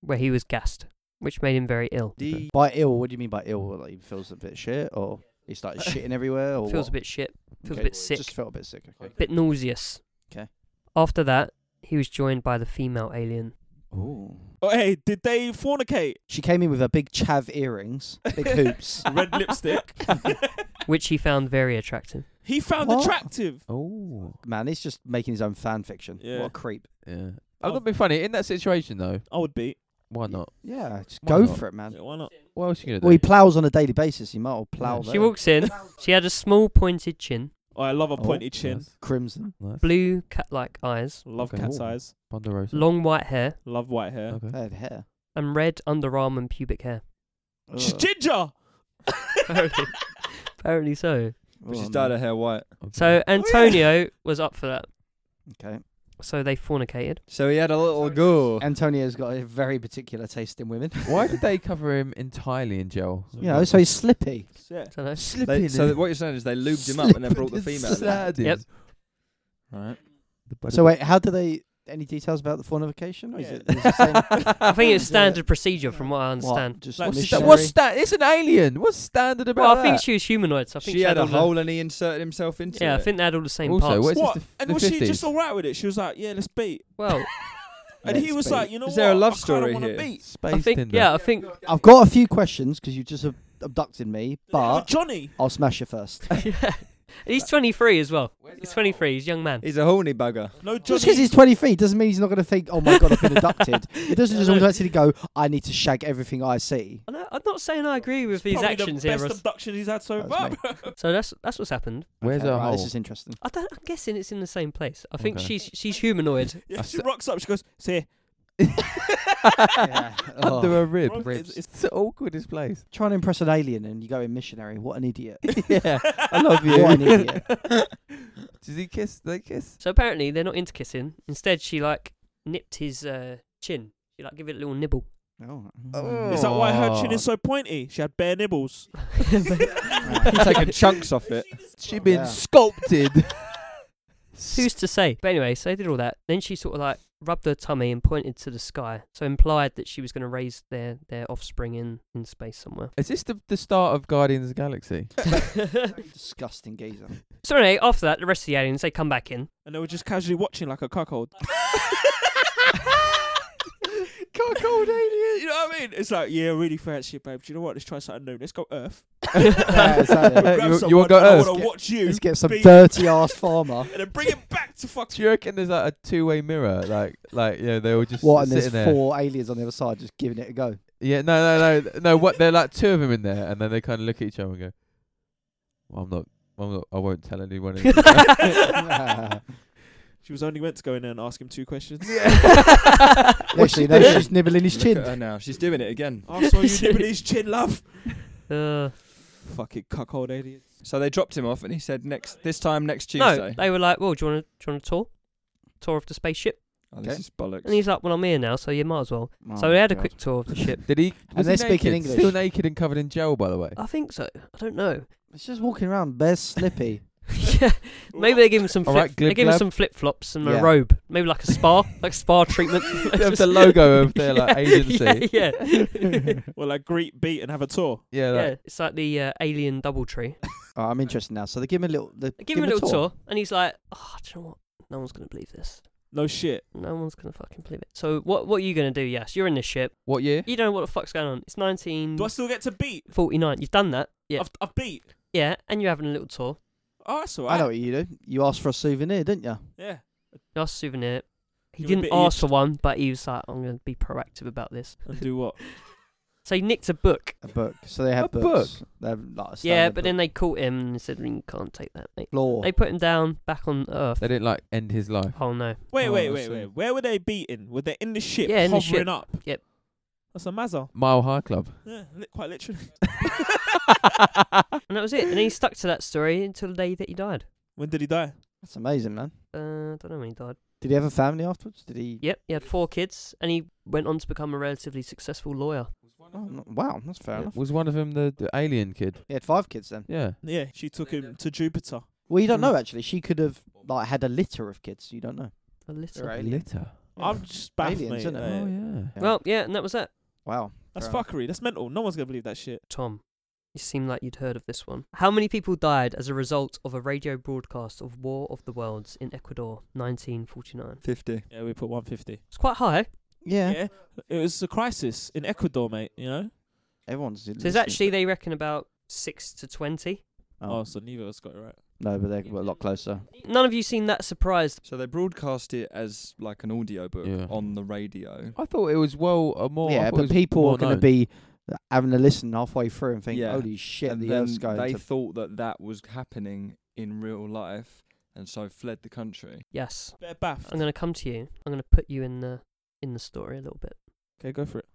where he was gassed, which made him very ill. The By ill, what do you mean by ill? Like he feels a bit shit, or He started shitting everywhere. Or Feels what? a bit shit. Feels Okay, a bit sick. Just felt a bit sick. Okay. bit nauseous. 'Kay. After that, he was joined by the female alien. Ooh. Oh, hey, did they fornicate? She came in with her big chav earrings, big hoops. Red lipstick. which he found very attractive. He found What? attractive. Oh. Man, he's just making his own fan fiction. Yeah. What a creep. Yeah. Oh. I'm not being funny. In that situation, though, I would be. why not? Yeah, just Why go not? for it, man. Yeah, why not? What else you Well, he going to do? plows on a daily basis. He might all plow Yeah. there. She walks in. She had a small pointed chin, Oh, I love a Oh. pointy chin. Nice, crimson. nice. blue cat-like eyes, Love Okay. cat's Ooh. eyes. Ponderosa. long white hair, Love white hair. Okay. Bad hair. and red underarm and pubic hair. She's Ugh. ginger. Apparently, apparently so. But she's Oh, dyed man. her hair white. okay. So Antonio was up for that. Okay. So they fornicated. So he had a little go. Antonio's got a very particular taste in women. Why did they cover him entirely in gel? You know, so he's slippy. Yeah. don't know. They, Slipping. so that what you're saying is they lubed him up and then brought the female. in. Yep. Right. So wait, how do they? Any details about the fornication? Or is Yeah. it, is it the same? I think it's Yeah. standard procedure from what I understand. What, just Like What's, missionary? sta- what's that? It's an alien. What's standard about Well, I think that? she was humanoid. So I think She had a all the- hole and he inserted himself into Yeah, it. I think they had all the same Also, parts. where's- This is What? the f- and the was she 50s. just all right with it? She was like, yeah, let's beat. Well, And he Let's was be. like, you know Is what? there a love I kinda story wanna here? Beat. Space I think Tinder. yeah, I think I've got a few questions because you just ab- abducted me, But but Johnny. I'll smash you first. yeah. he's 23 as well. He's 23. He's a young man. He's a horny bugger. No, Just because Johnny. he's 23 doesn't mean he's not going to think, oh my god, I've been abducted. It doesn't just No, no. automatically go, I need to shag everything I see. I know- I'm not saying I agree with these Probably actions the here. best Ross. abduction he's had so That's far. me. So that's that's what's happened. Where's Okay, her right, hole? This is interesting. I don't, I'm guessing it's in the same place. I think Okay. she's she's humanoid. Yeah, I she s- rocks up. She goes, "See, Yeah. Oh. Under a rib. wrong- ribs. it's- It's the awkwardest place. Trying to impress an alien and you go in missionary. What an idiot. Oh, yeah, I love you. What an idiot. Does he kiss? They kiss. So apparently they're not into kissing. Instead, she like nipped his uh, chin. She like give it a little nibble. Oh. Oh. Is that why her chin is so pointy? She had bare nibbles. He's taking chunks off it. She been Yeah. sculpted. Who's to say? But anyway, so they did all that. Then she sort of like rubbed her tummy and pointed to the sky, so implied that she was going to raise their their offspring in in space somewhere. Is this the, the start of Guardians of the Galaxy? Disgusting geezer. so anyway, after that, the rest of the aliens they come back in. And they were just casually watching like a cuckold. Cuckold alien. You know what I mean? It's like, yeah, really fancy, babe. Do you know what? Let's try something new. Let's go Earth. Yeah, exactly. We'll grab You- you someone wanna go and I Earth? want to Yeah. watch you, Let's get some Speed. dirty ass farmer. and then bring it back to fucking. Do you reckon there's like a two-way mirror? Like, like yeah, they were just What, and there's sitting there. four aliens on the other side just giving it a go. Yeah, no, no, no, no. What? They're like two of them in there, and then they kind of look at each other and go, well, "I'm not, I'm not, I won't tell anyone." anything." She was only meant to go in there and ask him two questions. Actually, no, she's just nibbling his Look chin. at her now. She's doing it again. I saw "Oh, you nibbling his chin, love. Uh, Fucking cuckold alien. So they dropped him off, and he said, "Next, this time next no, Tuesday." they were like, "Well, do you want to do you want a tour, tour of the spaceship?" oh, this Okay. is bollocks. And he's like, "Well, I'm here now, so you might as well." so Oh, they had a God. quick tour of the ship. Did he? Was they he speak naked? in English. Still naked and covered in gel, by the way. I think so. I don't know. It's just walking around bare slippy. yeah, maybe they give him some. All Flip, right, glib they give him glab. some flip flops and Yeah. a robe. Maybe like a spa, like spa treatment. They have the logo of their like agency. yeah, yeah, yeah. Well, like greet, beat, and have a tour. Yeah, like, It's like the uh, alien double tree. Oh, I'm interested now. So they give him a little. They They give him a little tour. and he's like, "Oh, do you know what? No one's gonna believe this. No shit. No one's gonna fucking believe it." So what? What are you gonna do? Yes, you're in this ship. What year? You don't know what the fuck's going on. It's Do I still get to beat? 1949. You've done that. Yeah, I've, I've beat. yeah, and you're having a little tour. Oh, that's alright. I know what you do. You ask for a souvenir, didn't you? Yeah. Nice souvenir. He Give him didn't a bit of your ask for one, but he was like, "I'm gonna be proactive about this." And do what? So he nicked a book. A book. So they have A books. They have like a Yeah, standard but book. then they caught him and said, "You can't take that, mate." law. They put him down back on Earth. They didn't like end his life. Oh no! Wait, Oh, wait, I wait, see. wait. Where were they beating? Were they in the ship, Yeah, in the hovering ship. up? Yep. That's a mazza. Mile High Club. Yeah, li- quite literally. And that was it. And he stuck to that story until the day that he died. when did he die? That's amazing, man. Uh, I don't know when he died. Did he have a family afterwards? Did he? Yep, he had four kids, and he went on to become a relatively successful lawyer. Oh, no- wow, that's fair enough. Was one of them the, the alien kid? He had five kids then. Yeah. Yeah, she took him to Jupiter. Well, you don't Mm. know actually. She could have like had a litter of kids. You don't know. A little. Right. Alien. Litter. I'm just baffed, Aliens, mate. isn't it? Like, Oh yeah. Yeah. Well, yeah, and that was that. Wow. That's Fair enough. fuckery. That's mental. No one's gonna believe that shit. Tom, You seem like you'd heard of this one. How many people died as a result of a radio broadcast of War of the Worlds in Ecuador, 1949? 50. Yeah, we put 150. It's quite high. Yeah. It was a crisis in Ecuador, mate, you know? Everyone's. So it's actually, they reckon about 6 to 20. Oh, Oh, so neither of us got it right. no, but they're a lot closer. None of you seem that surprised. So they broadcast it as like an audio book Yeah. on the radio. I thought it was well uh, more. I yeah, thought it but was people more are going to known. be having to listen halfway through and think, Yeah. "Holy shit, and the then Earth's going they to." thought that that was happening in real life and so fled the country. Yes. Bear bath. I'm going to come to you. I'm going to put you in the in the story a little bit. Okay, go for it.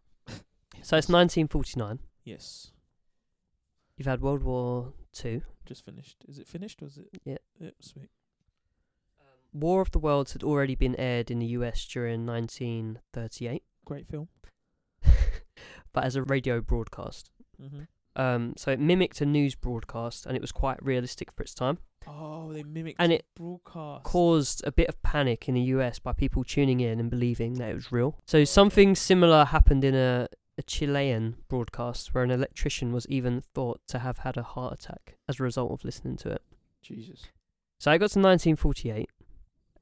So it's 1949. Yes. You've had World War Two. Just finished. Is it finished? Was it? Yeah. Yep, sweet. War of the Worlds had already been aired in the US during 1938, Great film. but as a radio broadcast. Mm-hmm. Um, so it mimicked a news broadcast and it was quite realistic for its time. Oh, they mimicked And it broadcast. caused a bit of panic in the US by people tuning in and believing that it was real. So something similar happened in a, a Chilean broadcast where an electrician was even thought to have had a heart attack as a result of listening to it. Jesus. So I got to 1948,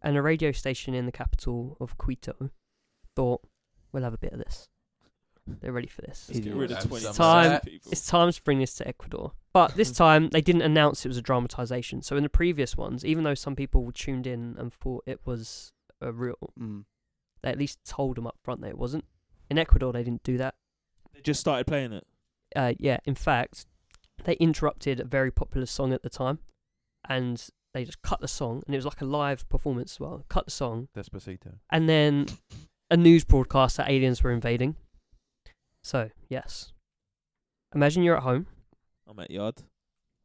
and a radio station in the capital of Quito thought, we'll have a bit of this. They're ready for this. Let's get rid of Idiots. 20 It's time. people. It's time to bring this to Ecuador. But this time, they didn't announce it was a dramatization. So in the previous ones, even though some people tuned in and thought it was a real, Mm. they at least told them up front that it wasn't. In Ecuador, they didn't do that. They just started playing it. Uh, yeah, in fact, they interrupted a very popular song at the time, and they just cut the song, and it was like a live performance as well. Cut the song, Despacito. and then a news broadcast that aliens were invading. So, yes. Imagine you're at home. I'm at yard.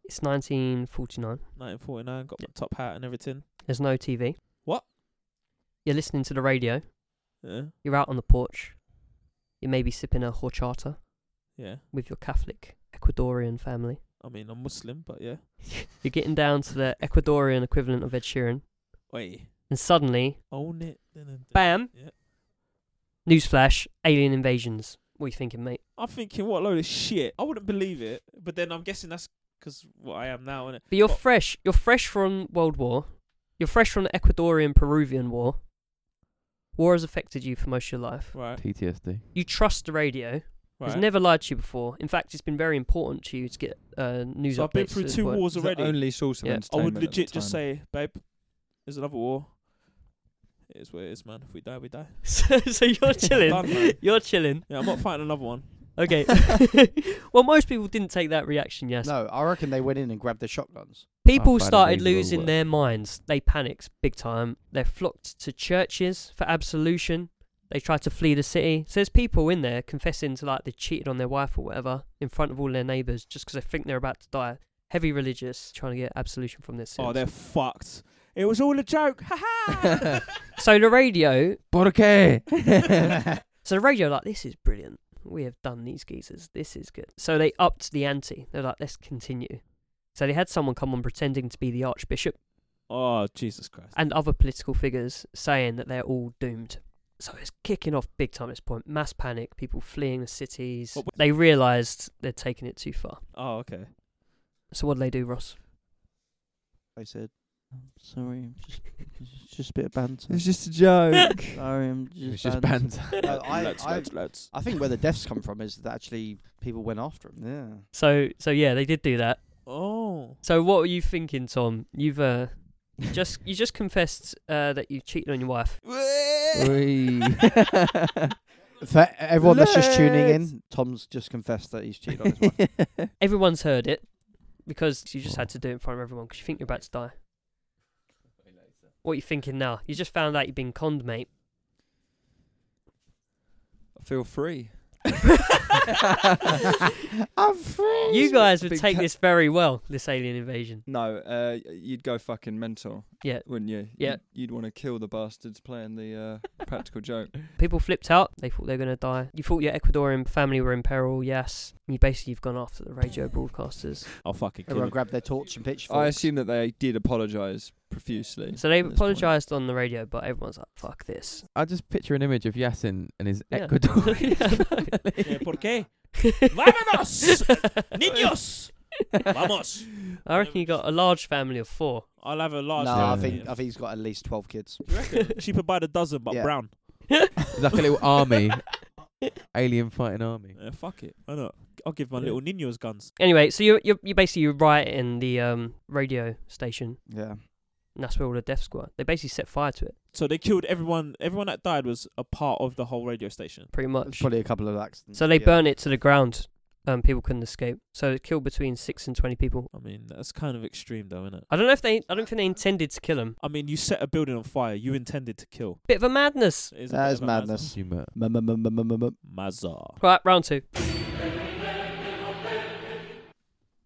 It's 1949. 1949. Got my top hat and everything. There's no TV. What? You're listening to the radio. Yeah. You're out on the porch. You may be sipping a horchata Yeah. with your Catholic Ecuadorian family. I mean, I'm Muslim, but yeah. You're getting down to the Ecuadorian equivalent of Ed Sheeran. Wait. And suddenly, Own it. Dun, dun, dun. bam! Yeah. Newsflash alien invasions. What are you thinking, mate? I'm thinking, what a load of shit. I wouldn't believe it, but then I'm guessing that's 'cause what I am now, innit? But you're But- fresh. You're fresh from World War. You're fresh from the Ecuadorian Peruvian War. War has affected you for most of your life. Right. PTSD. You trust the radio. Right. It's never lied to you before. In fact, it's been very important to you to get uh, news So updates. I've been to through this two point. wars It's the already. only source of Yeah. I would I would entertainment. at the legit just time. say, babe, there's another war. It is what it is, man. If we die, we die. so, so you're Done, chilling. man. you're chilling. Yeah, I'm not fighting another one. Okay. well, most people didn't take that reaction. Yes. No, I reckon they went in and grabbed their shotguns. I People find it started reasonable losing work. their minds. They panicked big time. They flocked to churches for absolution. They tried to flee the city. So there's people in there confessing to like they cheated on their wife or whatever in front of all their neighbours just 'cause they think they're about to die. Heavy religious trying to get absolution from this. Oh, sin. they're fucked. It was all a joke. Ha ha. so the radio ¿Por qué? So the radio, like, this is brilliant. We have done these geezers. This is good. So they upped the ante. They're like, let's continue. So they had someone come on pretending to be the Archbishop oh, Jesus Christ. and other political figures saying that they're all doomed. So it's kicking off big time at this point. Mass panic, people fleeing the cities. What was- They realised they're taking it too far. Oh, okay. So what do they do, Ross? They said, "I'm Oh, "Sorry, I'm just, it's just a bit of banter." It's just a joke. Sorry, I'm just. It's just banter." banter. No, I- lads, I- lads, lads. I think where the deaths come from is that actually people went after him. Yeah. So, so yeah, they did do that. Oh. So what were you thinking, Tom? You've uh, just E-, you just confessed uh, that you cheated on your wife. For everyone that's just tuning in, Tom's just confessed that he's cheated on his wife. Everyone's heard it because you just had to do it in front of everyone because you think you're about to die. What are you thinking now? You just found out you've been conned, mate. Feel free. You guys would Big take cat- this very well, this alien invasion. No, uh, y- you'd go fucking mental. Yeah. Wouldn't you? Yeah. You'd, you'd want to kill the bastards playing the uh, practical joke. People flipped out. They thought they were going to die. You thought your Ecuadorian family were in peril, yes. You basically have gone after the radio broadcasters. I'll fucking kill Everyone him. grabbed their torch and pitchforks. I assume that they did apologise profusely. So they at this point. apologised on the radio, but everyone's like, fuck this. I just picture an image of Yassin and his Yeah. Ecuadorian. Yeah, I know. Yeah, Eh, por qué? Vámonos! Niños! Vamos! I reckon you got a large family of four. I'll have a No, large. I Yeah. think I think he's got at least twelve kids. Do you reckon? cheaper by the dozen, but Yeah. brown. like a little army, alien fighting army. Yeah, Eh, fuck it. Why not? I'll give my little Niños guns. Anyway, so you're you're, you're basically rioting the um, radio station, Yeah. and that's where all the death squad. They basically set fire to it, So they killed everyone. Everyone that died was a part of the whole radio station. pretty much. Probably a couple of accidents. So they yeah. burn it to the ground. Um, people couldn't escape. So it killed between six and twenty people. I mean, that's kind of extreme, though, isn't it? I don't know if they. I don't think they intended to kill him. I mean, you set a building on fire. You intended to kill. Bit of a madness. It a That bit is of a madness. Humor. Mm-mm-mm-mm-mm-mm. Mazar. Right, round two.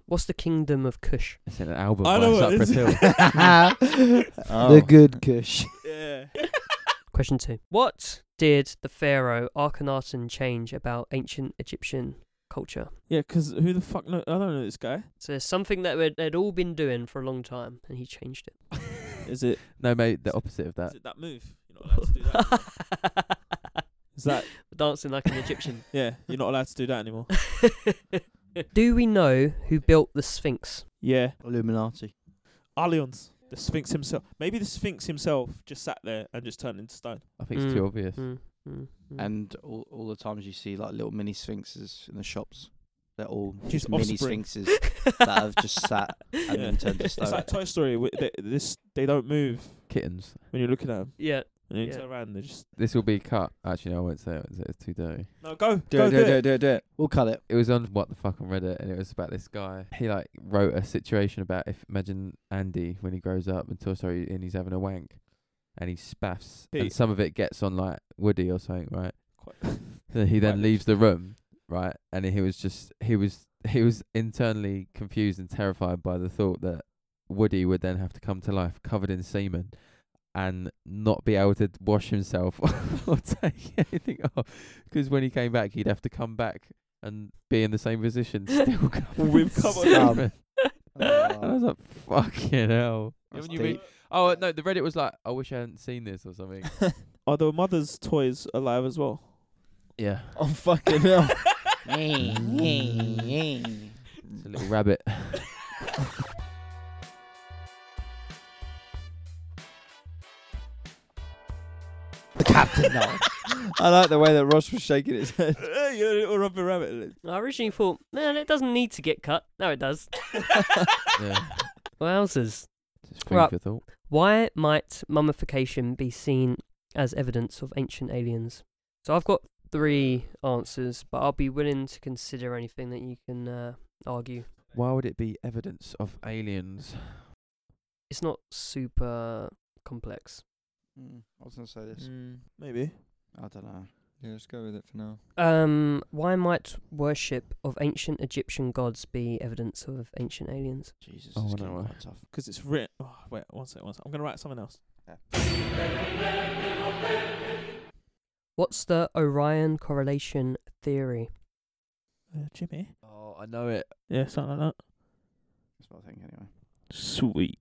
What's the kingdom of Kush? It's in an album I by know what it Cypress is. Hill. The good Kush. Yeah. Question two. What did the pharaoh Akhenaten change about ancient Egyptian culture? Yeah, 'cause who the fuck? Know- I don't know this guy. So it's something that we'd- they'd all been doing for a long time, and he changed it. Is it? No, mate, the opposite of Is that. it that move? You're not allowed to do that. anymore. Is that? Dancing like an Egyptian. Yeah, you're not allowed to do that anymore. Do we know who built the Sphinx? Yeah, Illuminati. Allianz. The Sphinx himself. Maybe the Sphinx himself just sat there and just turned into stone. I think it's Mm. too obvious. Mm, mm, mm. And all, all the times you see like little mini sphinxes in the shops. They're all His just mini offspring. sphinxes. that have just sat and then turned to It's stone. like Toy Story. wi- They, this they don't move Kittens. when you're looking at them. Yeah. And then you Yeah. turn around, they just This will be cut. Actually, no, I won't say it. It's too dirty. no go Do go it, do it, do it, do it, do it. We'll cut it. It was on what the fuck on Reddit, and it was about this guy. He like wrote a situation about if imagine Andy when he grows up and Toy Story and he's having a wank, and he spaffs, Pete. and some of it gets on like Woody or something, right? Quite- So he Right. then leaves the room, right? And he was just he was he was internally confused and terrified by the thought that Woody would then have to come to life covered in semen and not be able to d- wash himself or take anything off. 'Cause when he came back, he'd have to come back and be in the same position, still covered With in covered- semen. And I Oh. was like, "Fucking hell!" That's When you read- deep. oh no, the Reddit was like, "I wish I hadn't seen this" or something. Are the mother's toys alive as well? yeah, Oh fucking hell! Mm. Mm. it's a little rabbit. the captain now. I like the way that Ross was shaking his head. Eh, you're a little rubber rabbit. I originally thought, man, it doesn't need to get cut. No, it does. yeah, Wowzers. just food Right. for thought. Why might mummification be seen as evidence of ancient aliens? So I've got three answers, but I'll be willing to consider anything that you can uh, argue. Why would it be evidence of aliens? It's not super complex. Mm, I was gonna say this. Mm. Maybe. I don't know. Yeah, let's go with it for now. Um, why might worship of ancient Egyptian gods be evidence of ancient aliens? Jesus, Oh, it's I getting know. quite tough. 'Cause it's written. Oh, wait, one sec, one sec. I'm gonna write something else. What's the Orion correlation theory? Uh, Jimmy. Oh, I know it. Yeah, something like that. That's what I think anyway. Sweet.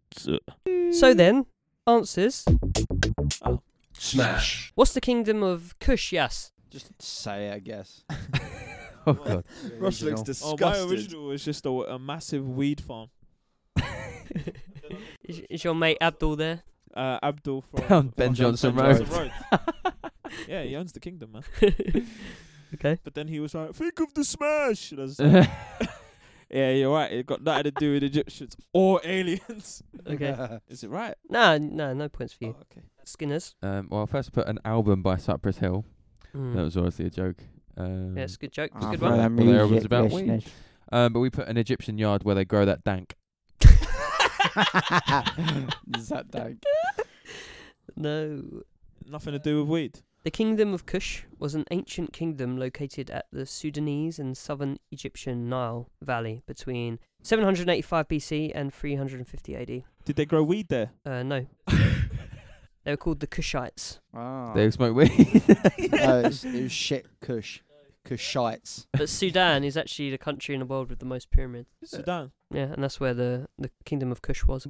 So then, answers. Oh. Smash. What's the kingdom of Kush? Yes. Just say it, I guess. Oh god. Ross looks Oh, disgusted. my original was just a, a massive weed farm. Is, is your mate Abdul there? Uh, Abdul from Down Ben from Johnson Road. yeah, he owns the kingdom, man. okay. But then he was like, "Think of the smash." And I was like, yeah, you're right. It got nothing to do with Egyptians or aliens. Okay. Oh, Is it right? Nah, nah, no points for you. Oh, okay. Skinners. um, well, I first put an album by Cypress Hill. Hmm. That was obviously a joke. Um, Yeah, it's a good joke. It's a Ah, good fair one. Well, enough. there was Music about listeners. weed. Um, but we put an Egyptian yard where they grow that dank. Zap dank. No. Nothing to do with weed. The kingdom of Kush was an ancient kingdom located at the Sudanese and southern Egyptian Nile Valley between 785 BC and 350 AD. Did they grow weed there? Uh, no. they were called the Kushites. Ah. Oh. They smoke weed. no, it's, it was shit Kush. Kushites. But Sudan is actually the country in the world with the most pyramids. Sudan. Yeah, and that's where the, the kingdom of Kush was.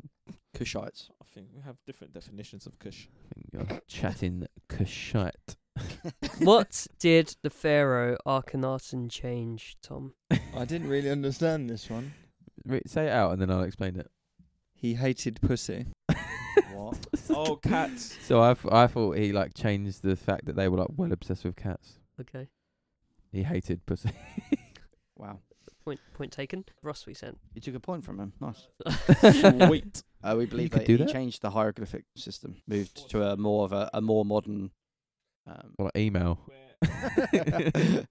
Kushites. I think we have different definitions of kush. You're chatting kushite. what did the pharaoh Akhenaten change, Tom? I didn't really understand this one. Re- say it out and then I'll explain it. He hated pussy. What? oh, cats. So I, f- I thought he like changed the fact that they were like well obsessed with cats. Okay, He hated pussy. Wow. point point taken. Ross, we sent. You took a point from him. Nice. Sweet. Uh, we believe could that do he that. changed the hieroglyphic system, moved to a more of a, a more modern um, or like email.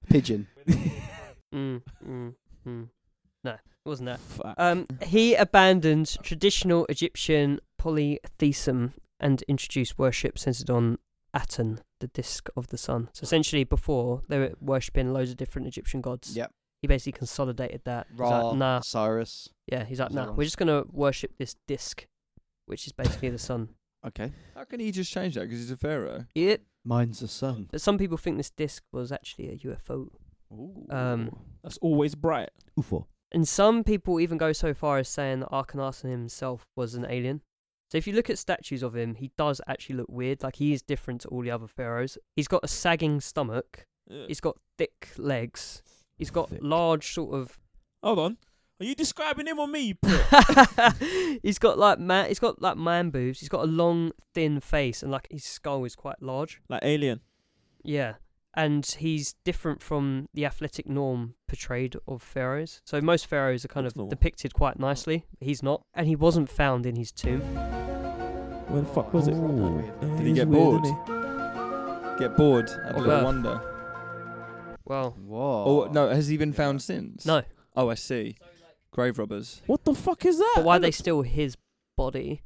pigeon. Mm, mm, mm. No, it wasn't that. Fuck. Um, he abandoned traditional Egyptian polytheism and introduced worship centered on Aten, the disk of the sun. So essentially, before they were worshipping loads of different Egyptian gods. Yep. He basically consolidated that. He's like, Ra, nah, Cyrus. yeah. He's like, is that nah. wrong? We're just gonna worship this disk, which is basically the sun. Okay. How can he just change that? Because he's a pharaoh. Yeah, Mine's the sun. but some people think this disk was actually a UFO. Um, That's always bright. oh. UFO. And some people even go so far as saying that Akhenaten himself was an alien. So if you look at statues of him, he does actually look weird. Like he is different to all the other pharaohs. He's got a sagging stomach. He's got thick legs. He's got Thick. large sort of. Hold on. Are you describing him or me? you prick? he's got like man. He's got like man boobs. He's got a long, thin face, and like his skull is quite large. like alien. Yeah. And he's different from the athletic norm portrayed of pharaohs. So most pharaohs are kind That's of normal. depicted quite nicely. He's not. And he wasn't found in his tomb. Where the fuck was it? Ooh. Did he get bored? Get bored. Have a Or little birth. wonder. Well, Whoa. Oh no, has he been Yeah. found since? no. Oh, I see. Grave robbers. What the fuck is that? But why they steal his body?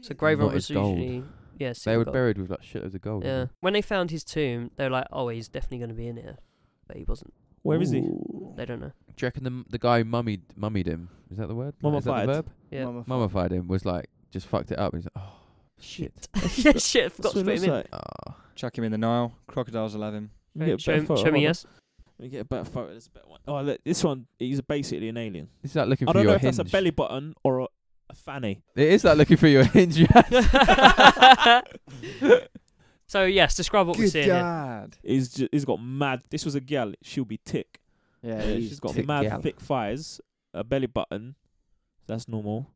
So grave Not robbers his gold. usually. Yeah, steal they were gold. buried with like shitloads of gold. Yeah. When they found his tomb, they were like, oh, he's definitely going to be in here. But he wasn't. Where is he? They don't know. Do you reckon the, m- the guy who mummied, mummied him? Is that the word? Is that Mummified. the verb? Yeah. Mama- Mummified him was like, just fucked it up. He's like, oh, shit. yeah, shit, I forgot That's to what put it him looks in. like. Oh. Chuck him in the Nile. Crocodiles will have him. Let me get a show better him- show photo. me Hold on. yes. Let me get a better photo. This is a better one. Oh, look, this one. He's basically an alien. It's like looking I for don't know your if hinge. that's a belly button or a, a fanny. It is like looking for your hinge. so, yes, describe what we're Good seeing here. dad. He's ju- he's got mad. This was a gal. She'll be tick. Yeah, Yeah, he's she's got tick mad gal. thick thighs, a belly button. That's normal.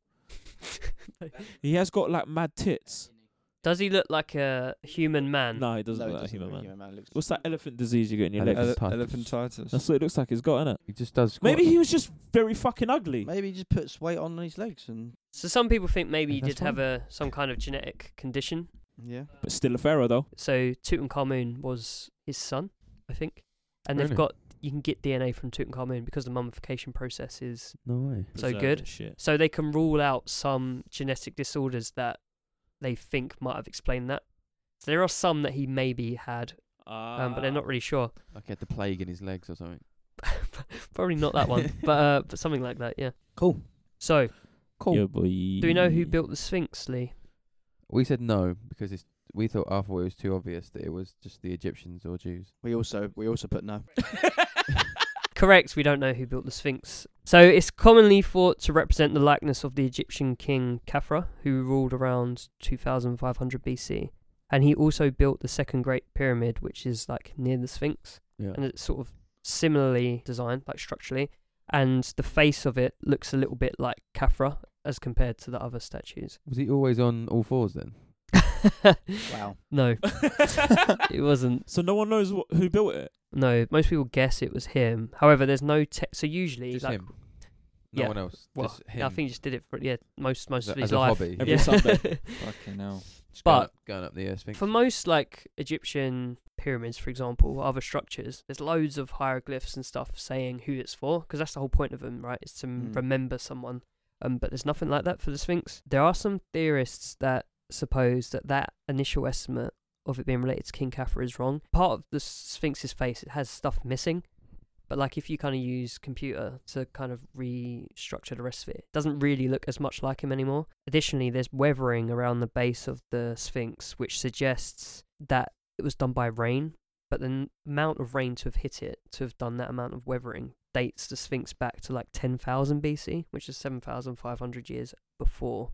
He has got like mad tits. Does he look like a human man? No, he doesn't no, look it like a doesn't human look man. human man. Looks What's that elephant disease you get in your legs? Elephant Ele- Elephantitis. elephantitis. That's what it looks like he's got, innit? He just does. squat. Maybe he was just very fucking ugly. Maybe he just puts weight on his legs and So, some people think maybe he That's did have a some kind of genetic condition. yeah. But still a pharaoh though. So, Tutankhamun was his son, I think. And they've Really? got, you can get DNA from Tutankhamun because the mummification process is No way. So Preserved good. and Shit. so they can rule out some genetic disorders that they think might have explained that. So there are some that he maybe had, um, but they're Ah. not really sure. Like he had the plague in his legs or something. Probably not that one, but uh, but something like that, yeah. Cool. So, Cool. Yeah, boy. Oh. do we know who built the Sphinx, Lee? We said no because it's, we thought afterward it was too obvious that it was just the Egyptians or Jews. We also we also put no. Correct, we don't know who built the Sphinx. So it's commonly thought to represent the likeness of the Egyptian king Khafra, who ruled around 2500 BC. And he also built the second Great Pyramid, which is like near the Sphinx. Yeah. and it's sort of similarly designed, like structurally, and the face of it looks a little bit like Khafra as compared to the other statues. Was he always on all fours then? Wow. no, it wasn't. so no one knows what, who built it. No, most people guess it was him. However, there's no te- so usually Just like him. No yeah. one else. well, just him. I think he just did it for yeah most most a- of his as a life. hobby. Every Yeah. Sunday. Fucking hell. Just going but- up- going up the uh, Sphinx. for most like Egyptian pyramids, for example, other structures, there's loads of hieroglyphs and stuff saying who it's for, because that's the whole point of them, right? Is to m Mm. remember someone. Um, but there's nothing like that for the Sphinx. There are some theorists that suppose that that initial estimate of it being related to King Khafra is wrong. Part of the Sphinx's face it has stuff missing, but like if you kind of use computer to kind of restructure the rest of it, it doesn't really look as much like him anymore. Additionally, there's weathering around the base of the Sphinx, which suggests that it was done by rain, but the n- amount of rain to have hit it, to have done that amount of weathering, dates the Sphinx back to like 10,000 BC, which is 7,500 years before.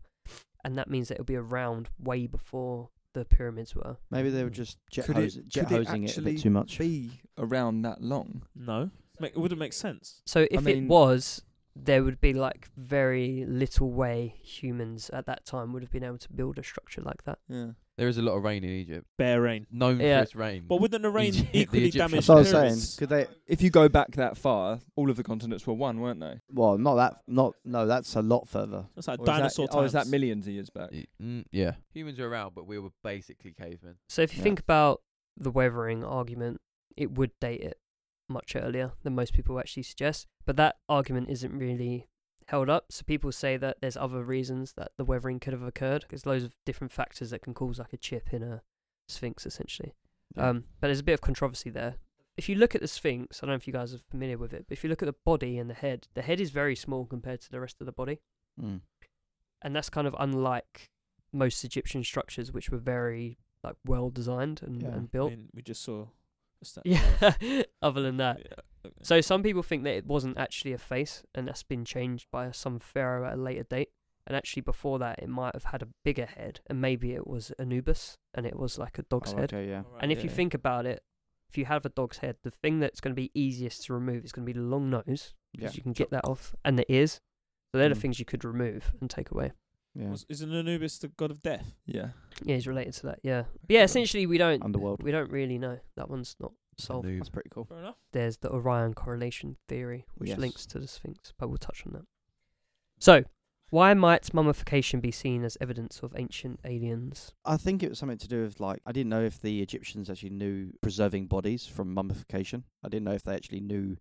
And that means that it'll be around way before the pyramids were. Maybe they were just jet, Could it- hose- jet could it hosing it a actually bit too much. Be around that long. No, make, it wouldn't make sense. So if mean- it was, there would be like very little way humans at that time would have been able to build a structure like that. Yeah. There is a lot of rain in Egypt, Bare rain. known Yeah. for its rain. But wouldn't the rain Egypt- the equally Egyptians- damage That's That's the what I was pyramids? saying. Could they? If you go back that far, all of the continents were one, weren't they? Well, not that. Not no. That's a lot further. That's like Or is that- dinosaur Oh, is that times. millions of years back? Y- mm, yeah. Humans are around, but we were basically cavemen. So if you Yeah. think about the weathering argument, it would date it much earlier than most people actually suggest. But that argument isn't really held up. So people say that there's other reasons that the weathering could have occurred. There's loads of different factors that can cause like a chip in a sphinx essentially. Yeah. Um, but there's a bit of controversy there. If you look at the Sphinx, I don't know if you guys are familiar with it, but if you look at the body and the head, the head is very small compared to the rest of the body Mm. and that's kind of unlike most Egyptian structures, which were very like well designed and, Yeah. and I built. mean, we just saw. a statue of- Oh. Yeah. Other than that, yeah. so some people think that it wasn't actually a face, and that's been changed by some pharaoh at a later date. And actually, before that, it might have had a bigger head, and maybe it was Anubis, and it was like a dog's Oh, head. okay, yeah. Alright, And if you yeah. think about it, if you have a dog's head, the thing that's going to be easiest to remove is going to be the long nose, Yeah. because you can get that off, and the ears. So they're the Mm. things you could remove and take away. Yeah. Was- isn't Anubis the god of death? Yeah. Yeah, he's related to that. Yeah, but yeah. Okay. Essentially, we don't Underworld. we don't really know. That one's not solved. Noob. That's pretty cool. Fair enough. There's the Orion correlation theory, which Yes. links to the Sphinx, but we'll touch on that. So, why might mummification be seen as evidence of ancient aliens? I think it was something to do with like I didn't know if the Egyptians actually knew preserving bodies from mummification. I didn't know if they actually knew,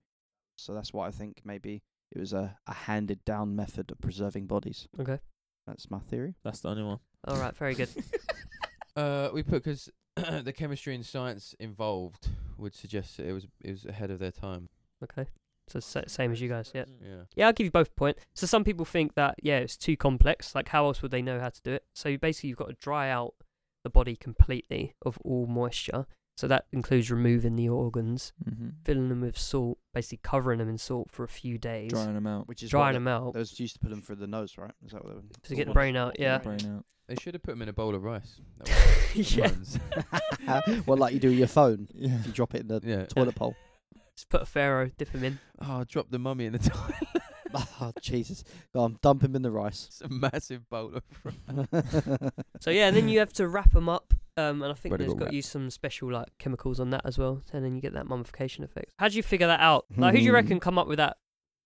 so that's why I think maybe it was a, a handed down method of preserving bodies. Okay. That's my theory. That's the only one. All right, very good. Uh, we put because the chemistry and science involved would suggest that it was it was ahead of their time. Okay, so sa- same as you guys. Yeah, Yeah. yeah. I'll give you both a point. So some people think that yeah, it's too complex. Like, how else would they know how to do it? So basically, you've got to dry out the body completely of all moisture. So that includes removing the organs. Mm-hmm. filling them with salt, basically covering them in salt for a few days, Drying them out. Which is drying what them out they, those used to put them through the nose, right? Is that what they were? to get the Almost. brain out. Yeah, Brain out. They should have put him in a bowl of rice. That would've yeah. loans. well, like you do with your phone. Yeah. If you drop it in the yeah. toilet bowl. Just put a pharaoh, dip him in. Oh, drop the mummy in the toilet. oh, Jesus. Go on, dump him in the rice. It's a massive bowl of rice. So yeah, and then you have to wrap them up. Um, and I think But it there's got got wrapped. you some special like chemicals on that as well, and then you get that mummification effect. How do you figure that out? Like, who do you Hmm. reckon come up with that?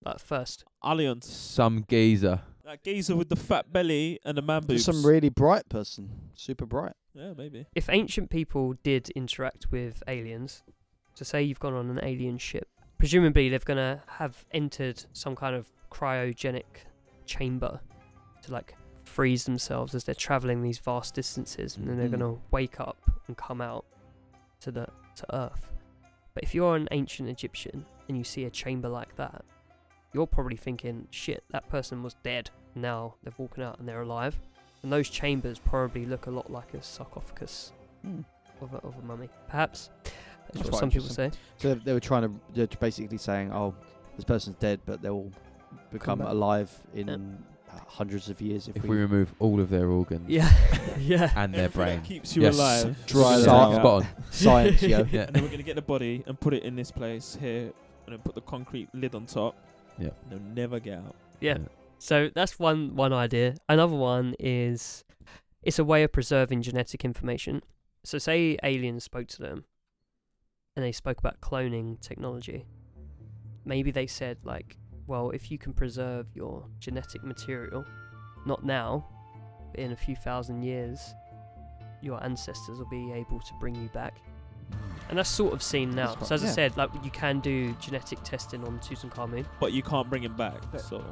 Like first, Allianz. Some geezer. That geezer with the fat belly and the man boobs. Just some really bright person. Super bright. yeah, maybe. if ancient people did interact with aliens, so say you've gone on an alien ship, presumably they're gonna have entered some kind of cryogenic chamber to like freeze themselves as they're traveling these vast distances, and then they're Mhm. gonna wake up and come out to the to Earth. But if you're an ancient Egyptian and you see a chamber like that, you're probably thinking, "Shit, that person was dead. Now they're walking out and they're alive." And those chambers probably look a lot like a sarcophagus of a, of a mummy, perhaps. That's, That's what quite some people say. So they were trying to, they're basically saying, oh, this person's dead, but they'll become back. alive in hundreds of years if, If we remove all of their organs Yeah, yeah. and their Everything that brain. keeps you Yes. alive. Dry Just Spot them out. suck spot on. Science, yo. Yeah. And then we're gonna get the body and put it in this place here, and then put the concrete lid on top. Yeah. And they'll never get out. Yeah. So that's one one idea. Another one is it's a way of preserving genetic information. So say aliens spoke to them, and they spoke about cloning technology. Maybe they said like, well, if you can preserve your genetic material, not now, but in a few thousand years, your ancestors will be able to bring you back. And that's sort of seen now. That's quite- So as I yeah. said, like you can do genetic testing on Tutankhamun. But you can't bring him back. But- So